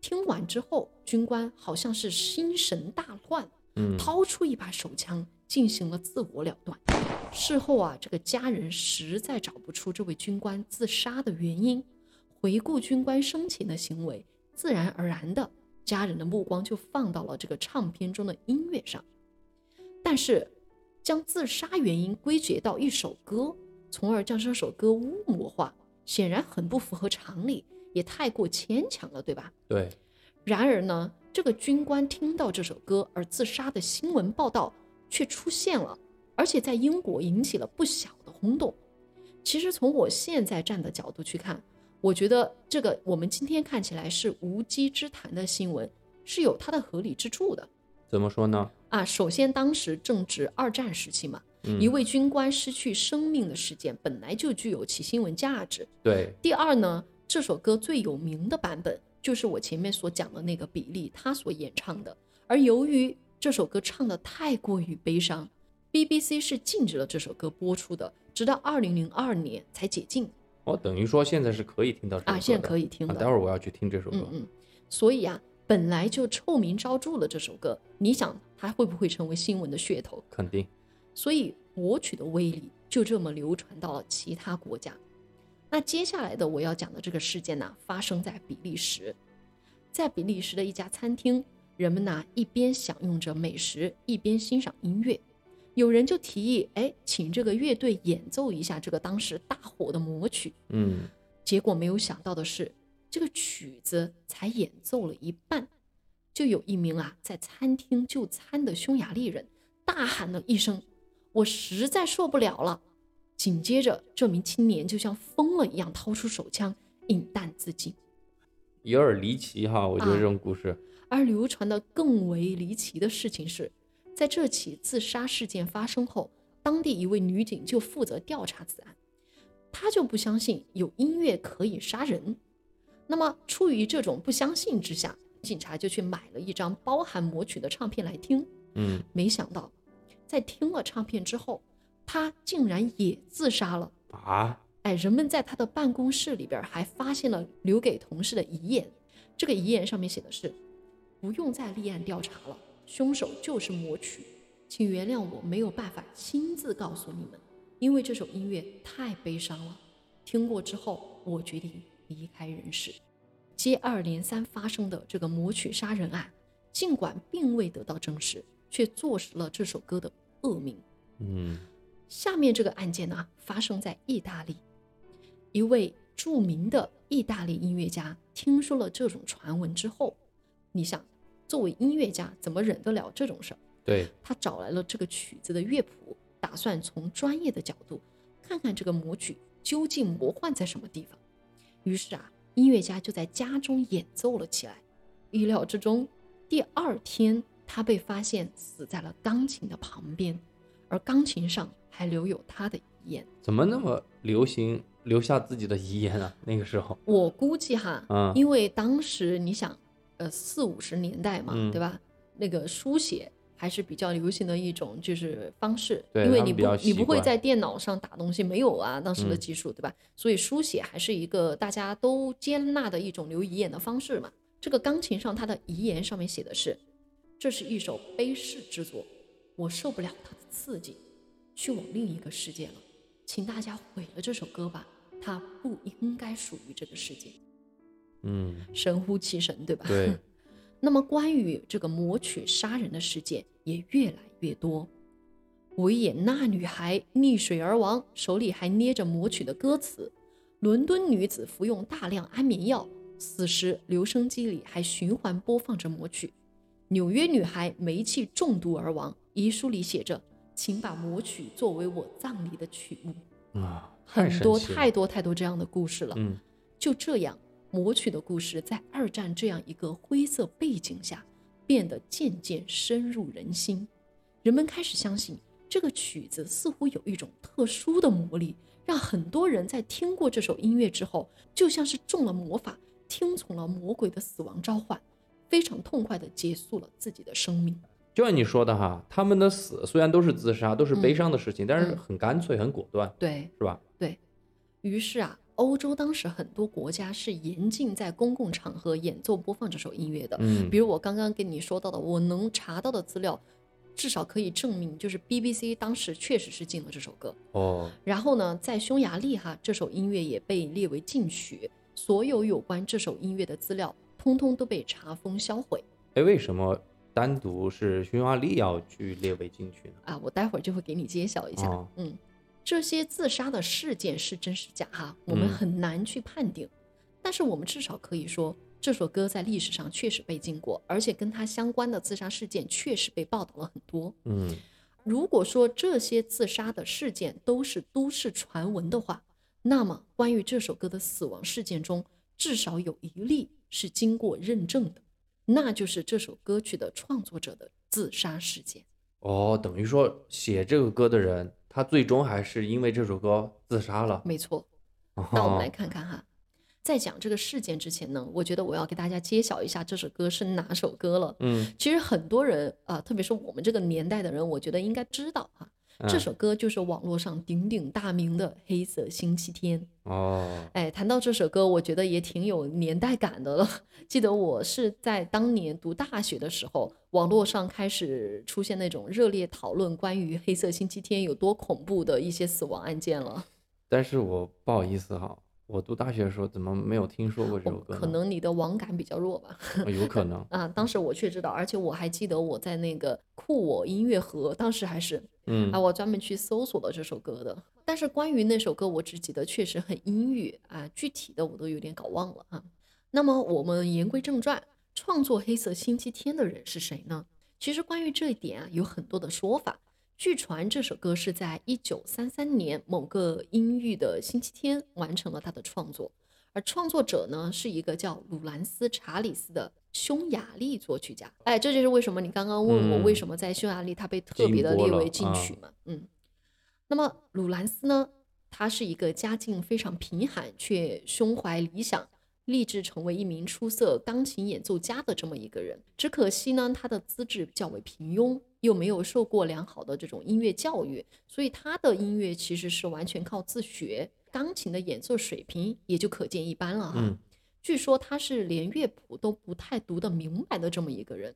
听完之后，军官好像是心神大乱，
嗯，
掏出一把手枪进行了自我了断。事后啊，这个家人实在找不出这位军官自杀的原因。回顾军官生前的行为，自然而然的，家人的目光就放到了这个唱片中的音乐上。但是，将自杀原因归结到一首歌，从而将这首歌污魔化，显然很不符合常理，也太过牵强了，对吧？
对，
然而呢，这个军官听到这首歌而自杀的新闻报道却出现了，而且在英国引起了不小的轰动。其实从我现在站的角度去看，我觉得这个我们今天看起来是无稽之谈的新闻，是有它的合理之处的。
怎么说呢？
啊，首先当时正值二战时期嘛，
嗯
一位军官失去生命的事件本来就具有其新闻价值，
对，
第二呢，这首歌最有名的版本就是我前面所讲的那个比利他所演唱的，而由于这首歌唱的太过于悲伤，BBC 是禁止了这首歌播出的，直到二零零二年才解禁
哦，等于说现在是可以听到这首歌
啊，现在可
以
以听
啊。待会
了。
儿我要去听这首
嗯
歌。
嗯，所以啊，本来就臭名昭著了这首歌，你想它会不会成为新闻的噱头？
肯定，
所以博取的威力就这么流传到了其他国家。那接下来的我要讲的这个事件呢，发生在比利时，在比利时的一家餐厅，人们呢一边享用着美食，一边欣赏音乐。有人就提议，哎，请这个乐队演奏一下这个当时大火的魔曲。
嗯，
结果没有想到的是，这个曲子才演奏了一半，就有一名啊在餐厅就餐的匈牙利人大喊了一声：“我实在受不了了！”紧接着，这名青年就像疯了一样掏出手枪引弹自尽。
有点离奇哈，我觉
啊
得这种故事，
而流传的更为离奇的事情是，在这起自杀事件发生后，当地一位女警就负责调查此案，她就不相信有音乐可以杀人。那么，出于这种不相信之下，警察就去买了一张包含魔曲的唱片来听。
嗯，
没想到，在听了唱片之后，他竟然也自杀了。
啊，
哎，人们在他的办公室里边儿还发现了留给同事的遗言，这个遗言上面写的是：不用再立案调查了，凶手就是魔曲，请原谅我没有办法亲自告诉你们，因为这首音乐太悲伤了。听过之后，我决定离开人世。接二连三发生的这个魔曲杀人案，尽管并未得到证实，却坐实了这首歌的恶名。
嗯，
下面这个案件呢，发生在意大利，一位著名的意大利音乐家听说了这种传闻之后，你想，作为音乐家怎么忍得了这种事儿？
对，
他找来了这个曲子的乐谱，打算从专业的角度看看这个魔曲究竟魔幻在什么地方。于是啊，音乐家就在家中演奏了起来。意料之中，第二天他被发现死在了钢琴的旁边，而钢琴上还留有他的遗言。
怎么那么流行留下自己的遗言啊？那个时候，
我估计哈，
嗯
因为当时你想，呃，四五十年代嘛，
嗯
对吧？那个书写还是比较流行的一种就是方式，
对
因为
他们
你
比
不
较
你
习
不会
惯
在电脑上打东西，没有啊，当时的
嗯
技术，对吧？所以书写还是一个大家都接纳的一种留遗言的方式嘛。这个钢琴上它的遗言上面写的是：“这是一首悲世之作，我受不了它的刺激，去往另一个世界了。”请大家毁了这首歌吧，它不应该属于这个世界。
嗯，
神乎其神，对吧？ *laughs*
对，
那么关于这个魔曲杀人的事件也越来越多。维也纳女孩溺水而亡，手里还捏着魔曲的歌词；伦敦女子服用大量安眠药，死时留声机里还循环播放着魔曲；纽约女孩煤气中毒而亡，遗书里写着：“请把魔曲作为我葬礼的曲目。”
啊，太
很
神
多
奇了
太多太多这样的故事了。
嗯，
就这样，魔曲的故事在二战这样一个灰色背景下，变得渐渐深入人心。人们开始相信这个曲子似乎有一种特殊的魔力，让很多人在听过这首音乐之后，就像是中了魔法，听从了魔鬼的死亡召唤，非常痛快地结束了自己的生命。
就像你说的哈，他们的死虽然都是自杀，都是悲
嗯
伤的事情，但是
嗯
很干脆，很果断，
对，
是吧？
于是啊，欧洲当时很多国家是严禁在公共场合演奏播放这首音乐的。
嗯
比如我刚刚跟你说到的，我能查到的资料，至少可以证明，就是 BBC 当时确实是禁了这首歌。
哦，
然后呢，在匈牙利哈，这首音乐也被列为禁曲，所有有关这首音乐的资料，通通都被查封销毁。
哎，为什么单独是匈牙利要去列为禁区呢？
啊，我待会儿就会给你揭晓一下。
哦
嗯，这些自杀的事件是真是假哈，我们
嗯
很难去判定，但是我们至少可以说，这首歌在历史上确实被禁过，而且跟它相关的自杀事件确实被报道了很多。
嗯，
如果说这些自杀的事件都是都市传闻的话，那么关于这首歌的死亡事件中，至少有一例是经过认证的，那就是这首歌曲的创作者的自杀事件。
哦，等于说写这个歌的人，他最终还是因为这首歌自杀了。
没错，
哦
那我们来看看哈，在讲这个事件之前呢，我觉得我要给大家揭晓一下这首歌是哪首歌了。
嗯，
其实很多人啊、呃特别是我们这个年代的人，我觉得应该知道哈，这
嗯
首歌就是网络上鼎鼎大名的《黑色星期天》。
哦，
哎，谈到这首歌，我觉得也挺有年代感的了。 *laughs* 记得我是在当年读大学的时候，网络上开始出现那种热烈讨论关于黑色星期天有多恐怖的一些死亡案件了。
但是我不好意思哈，我读大学的时候怎么没有听说过这
我
首歌呢？
哦可能你的网感比较弱吧。，
哦有可能
啊，当时我却知道，而且我还记得我在那个酷我音乐盒，当时还是
嗯
啊，，我专门去搜索了这首歌的。但是关于那首歌，我只记得确实很阴郁啊，具体的我都有点搞忘了啊。那么我们言归正传，创作《黑色星期天》的人是谁呢？其实关于这一点啊，有很多的说法。据传这首歌是在一九三三年某个阴郁的星期天完成了他的创作，而创作者呢是一个叫鲁兰斯·查理斯的匈牙利作曲家。哎，这就是为什么你刚刚问我
嗯
为什么在匈牙利他被特别的
禁播
列
了
为禁
啊
曲嘛，嗯。那么鲁兰斯呢，他是一个家境非常贫寒，却胸怀理想，立志成为一名出色钢琴演奏家的这么一个人。只可惜呢，他的资质较为平庸，又没有受过良好的这种音乐教育，所以他的音乐其实是完全靠自学，钢琴的演奏水平也就可见一斑了哈。
嗯
据说他是连乐谱都不太读得明白的这么一个人。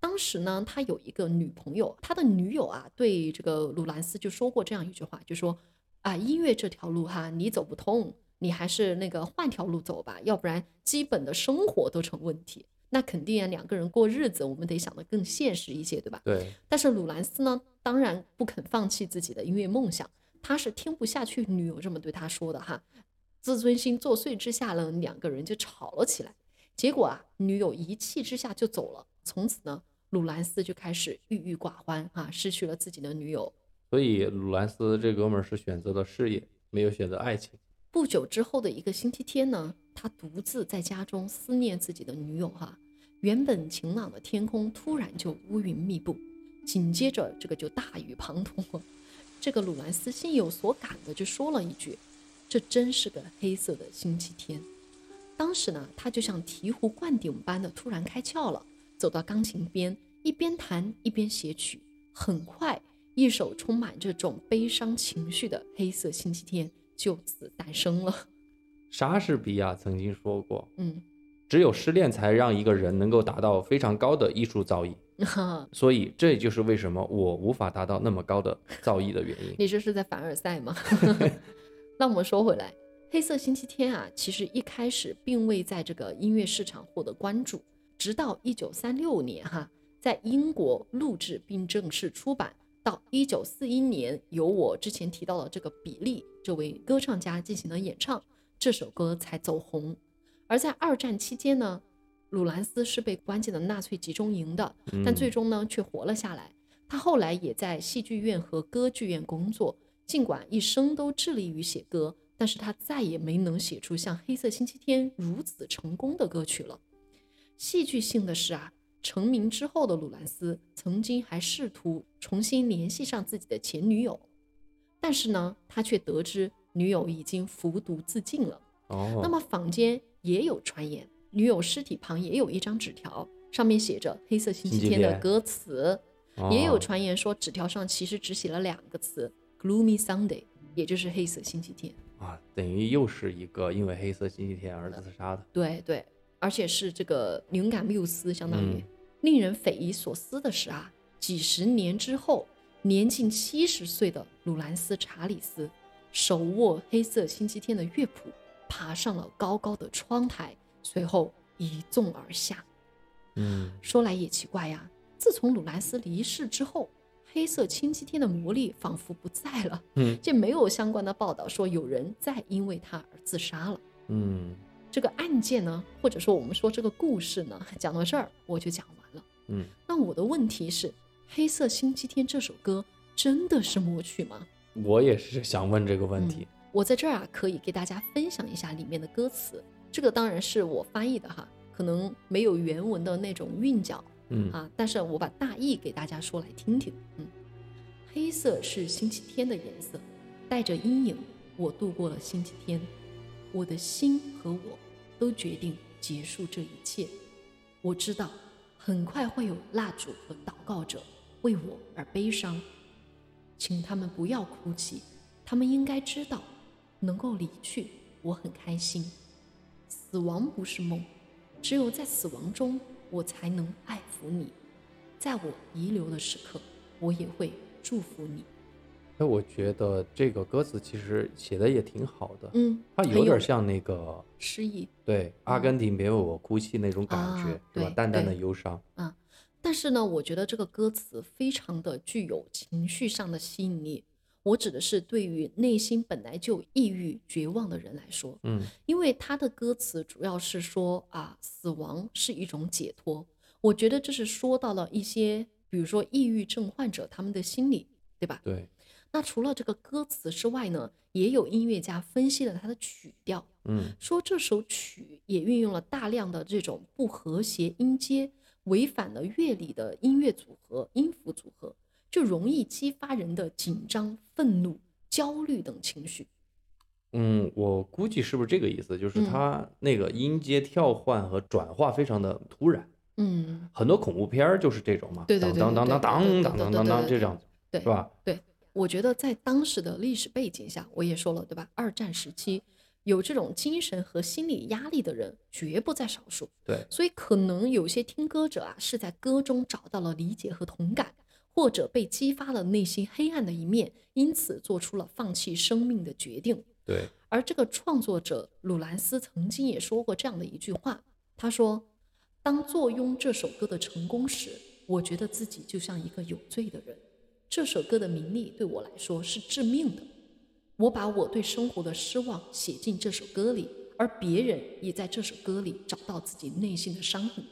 当时呢，他有一个女朋友，他的女友啊，对这个鲁兰斯就说过这样一句话，就说啊，音乐这条路哈，你走不通，你还是那个换条路走吧，要不然基本的生活都成问题。那肯定啊，两个人过日子，我们得想得更现实一些，对吧？
对，
但是鲁兰斯呢，当然不肯放弃自己的音乐梦想，他是听不下去女友这么对他说的哈，自尊心作祟之下呢，两个人就吵了起来。结果啊，女友一气之下就走了，从此呢，鲁兰斯就开始郁郁寡欢啊，失去了自己的女友。
所以鲁兰斯这哥们儿是选择了事业，没有选择爱情。
不久之后的一个星期天呢，他独自在家中思念自己的女友哈、原本晴朗的天空突然就乌云密布，紧接着这个就大雨滂沱。这个鲁兰斯心有所感的就说了一句：“这真是个黑色的星期天。”当时呢，他就像醍醐灌顶般的突然开窍了，走到钢琴边，一边弹一边写曲。很快，一首充满这种悲伤情绪的《黑色星期天》就此诞生了。
莎士比亚曾经说过，
嗯， *laughs*
只有失恋才让一个人能够达到非常高的艺术造诣。所以这也就是为什么我无法达到那么高的造诣的原因。
你这是在凡尔赛吗？ *laughs* 那我们说回来，《黑色星期天》啊，其实一开始并未在这个音乐市场获得关注，直到一九三六年哈，在英国录制并正式出版，到一九四一年由我之前提到的这个比利这位歌唱家进行了演唱，这首歌才走红。而在二战期间呢，鲁兰斯是被关进了纳粹集中营的，但
嗯
最终呢却活了下来。他后来也在戏剧院和歌剧院工作，尽管一生都致力于写歌，但是他再也没能写出像《黑色星期天》如此成功的歌曲了。戏剧性的是啊，成名之后的鲁兰斯曾经还试图重新联系上自己的前女友，但是呢，他却得知女友已经服毒自尽了。
哦，
那么坊间也有传言，女友尸体旁也有一张纸条，上面写着《黑色星期
星期
天》的
天
歌词。也有
哦
传言说，纸条上其实只写了两个词 “gloomy Sunday”，也就是黑色星期天。
啊，等于又是一个因为黑色星期天而自杀的。
对对，而且是这个灵感缪斯，相当于、
嗯
令人匪夷所思的是啊，几十年之后，年近七十岁的鲁兰斯·查理斯手握《黑色星期天》的乐谱，爬上了高高的窗台，随后一纵而下。
嗯，
说来也奇怪呀，自从鲁兰斯离世之后，黑色星期天的魔力仿佛不在了，
嗯
这没有相关的报道说有人再因为他而自杀了。
嗯
这个案件呢，或者说我们说这个故事呢，讲到这儿我就讲完了。
嗯，
那我的问题是，《黑色星期天》这首歌真的是魔曲吗？
我也是想问这个问题。
我在这儿啊，可以给大家分享一下里面的歌词。这个当然是我翻译的哈，可能没有原文的那种韵脚，
嗯
啊，但是我把大意给大家说来听听。嗯，黑色是星期天的颜色，带着阴影，我度过了星期天。我的心和我都决定结束这一切。我知道，很快会有蜡烛和祷告者为我而悲伤，请他们不要哭泣，他们应该知道，能够离去，我很开心。死亡不是梦，只有在死亡中，我才能爱抚你。在我遗留的时刻，我也会祝福你。
那哎我觉得这个歌词其实写的也挺好的，
嗯，
它
很
有点像那个
诗意，
对阿根廷别为我哭泣那种感觉，
啊
是吧？
对
淡淡的
对
忧伤。
嗯但是呢，我觉得这个歌词非常的具有情绪上的吸引力。我指的是对于内心本来就抑郁、绝望的人来说，
嗯
因为他的歌词主要是说啊，死亡是一种解脱。我觉得这是说到了一些，比如说抑郁症患者他们的心理，对吧？
对，
那除了这个歌词之外呢，也有音乐家分析了它的曲调，
嗯
说这首曲也运用了大量的这种不和谐音阶，违反了乐理的音乐组合、音符组合，就容易激发人的紧张、愤怒、焦虑等情绪。
嗯，我估计是不是这个意思？就是
嗯
它那个音阶跳换和转化非常的突然。
嗯，
很多恐怖片儿就是这种嘛，
对对对
当当当当当当当当当
对对对对对对对
这样子，
对
是吧？
我觉得在当时的历史背景下，我也说了，对吧？二战时期有这种精神和心理压力的人绝不在少数。
对
所以可能有些听歌者啊，是在歌中找到了理解和同感，或者被激发了内心黑暗的一面，因此做出了放弃生命的决定。
对，
而这个创作者鲁兰斯曾经也说过这样的一句话，他说：“当坐拥这首歌的成功时，我觉得自己就像一个有罪的人。这首歌的名利对我来说是致命的。我把我对生活的失望写进这首歌里，而别人也在这首歌里找到自己内心的伤痕。”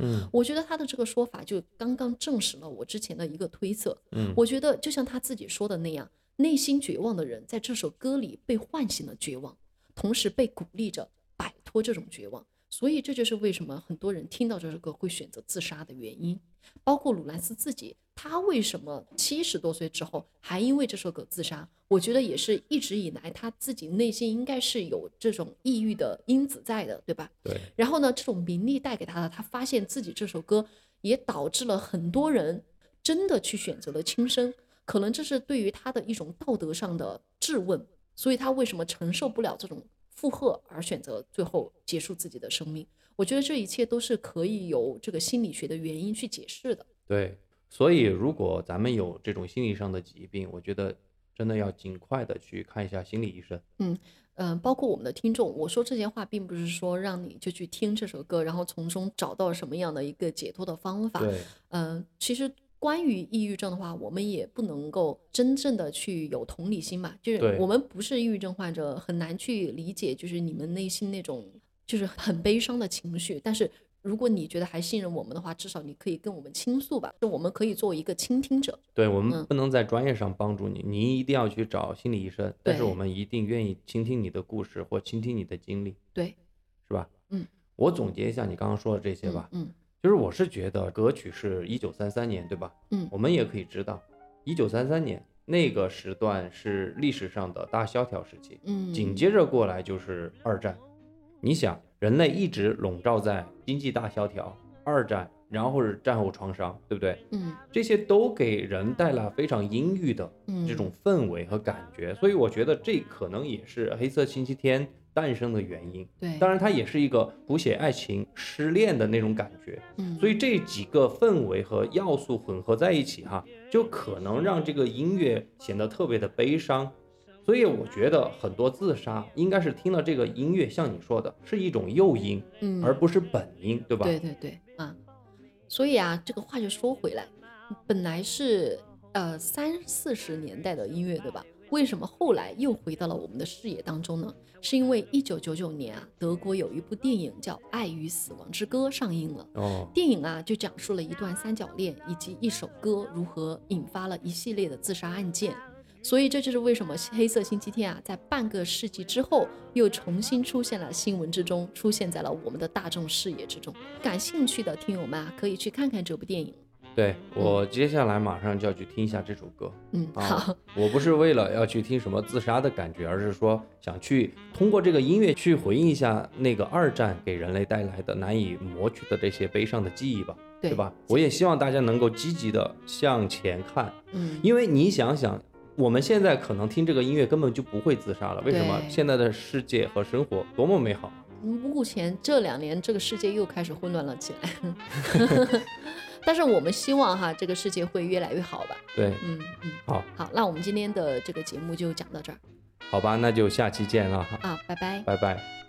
嗯
我觉得他的这个说法就刚刚证实了我之前的一个推测。
嗯，
我觉得就像他自己说的那样，内心绝望的人在这首歌里被唤醒了绝望，同时被鼓励着摆脱这种绝望。所以这就是为什么很多人听到这首歌会选择自杀的原因，包括鲁兰斯自己，他为什么七十多岁之后还因为这首歌自杀？我觉得也是一直以来他自己内心应该是有这种抑郁的因子在的，对吧？
对，
然后呢，这种名利带给他的，他发现自己这首歌也导致了很多人真的去选择了轻生，可能这是对于他的一种道德上的质问，所以他为什么承受不了这种负荷而选择最后结束自己的生命？我觉得这一切都是可以有这个心理学的原因去解释的。
对，所以如果咱们有这种心理上的疾病，我觉得真的要尽快的去看一下心理医生。
嗯、包括我们的听众，我说这些话并不是说让你就去听这首歌，然后从中找到什么样的一个解脱的方法。
对，
嗯，其实关于抑郁症的话，我们也不能够真正的去有同理心吧，就是
对
我们不是抑郁症患者，很难去理解，就是你们内心那种就是很悲伤的情绪。但是如果你觉得还信任我们的话，至少你可以跟我们倾诉吧，就我们可以做一个倾听者。
对我们
嗯
不能在专业上帮助你，你一定要去找心理医生，但是
对
我们一定愿意倾听你的故事或倾听你的经历，
对，
是吧？
嗯，
我总结一下你刚刚说的这些
嗯
吧，
嗯
就是我是觉得歌曲是一九三三年，对吧？
嗯
我们也可以知道，一九三三年那个时段是历史上的大萧条时期，
嗯，
紧接着过来就是二战。你想，人类一直笼罩在经济大萧条、二战，然后是战后创伤，对不对？
嗯
这些都给人带来非常阴郁的
嗯
这种氛围和感觉，所以我觉得这可能也是黑色星期天诞生的原因。
对，
当然，它也是一个谱写爱情、失恋的那种感觉，
嗯，
所以这几个氛围和要素混合在一起哈，就可能让这个音乐显得特别的悲伤。所以我觉得很多自杀应该是听了这个音乐，像你说的，是一种诱因，
嗯
而不是本因，对吧？
对对对啊，所以啊，这个话就说回来，本来是呃三四十年代的音乐，对吧？为什么后来又回到了我们的视野当中呢？是因为一九九九年啊，德国有一部电影叫《爱与死亡之歌》上映了。
哦，
电影啊，就讲述了一段三角恋以及一首歌如何引发了一系列的自杀案件。所以这就是为什么《黑色星期天》啊，在半个世纪之后又重新出现了新闻之中，出现在了我们的大众视野之中。感兴趣的听友们啊，可以去看看这部电影。
对我接下来马上就要去听一下这首歌。
嗯，好 *laughs*
啊，，我不是为了要去听什么自杀的感觉，而是说想去通过这个音乐去回应一下那个二战给人类带来的难以抹去的这些悲伤的记忆吧，
对
对吧？？我也希望大家能够积极的向前看，
嗯，
因为你想想，我们现在可能听这个音乐根本就不会自杀了，为什么？
对
现在的世界和生活多么美好，
嗯目前这两年这个世界又开始混乱了起来， *laughs* 但是我们希望哈，这个世界会越来越好吧。
对，
嗯嗯，
好，
好，那我们今天的这个节目就讲到这儿
好吧，那就下期见了哈，
啊，拜拜。
拜拜。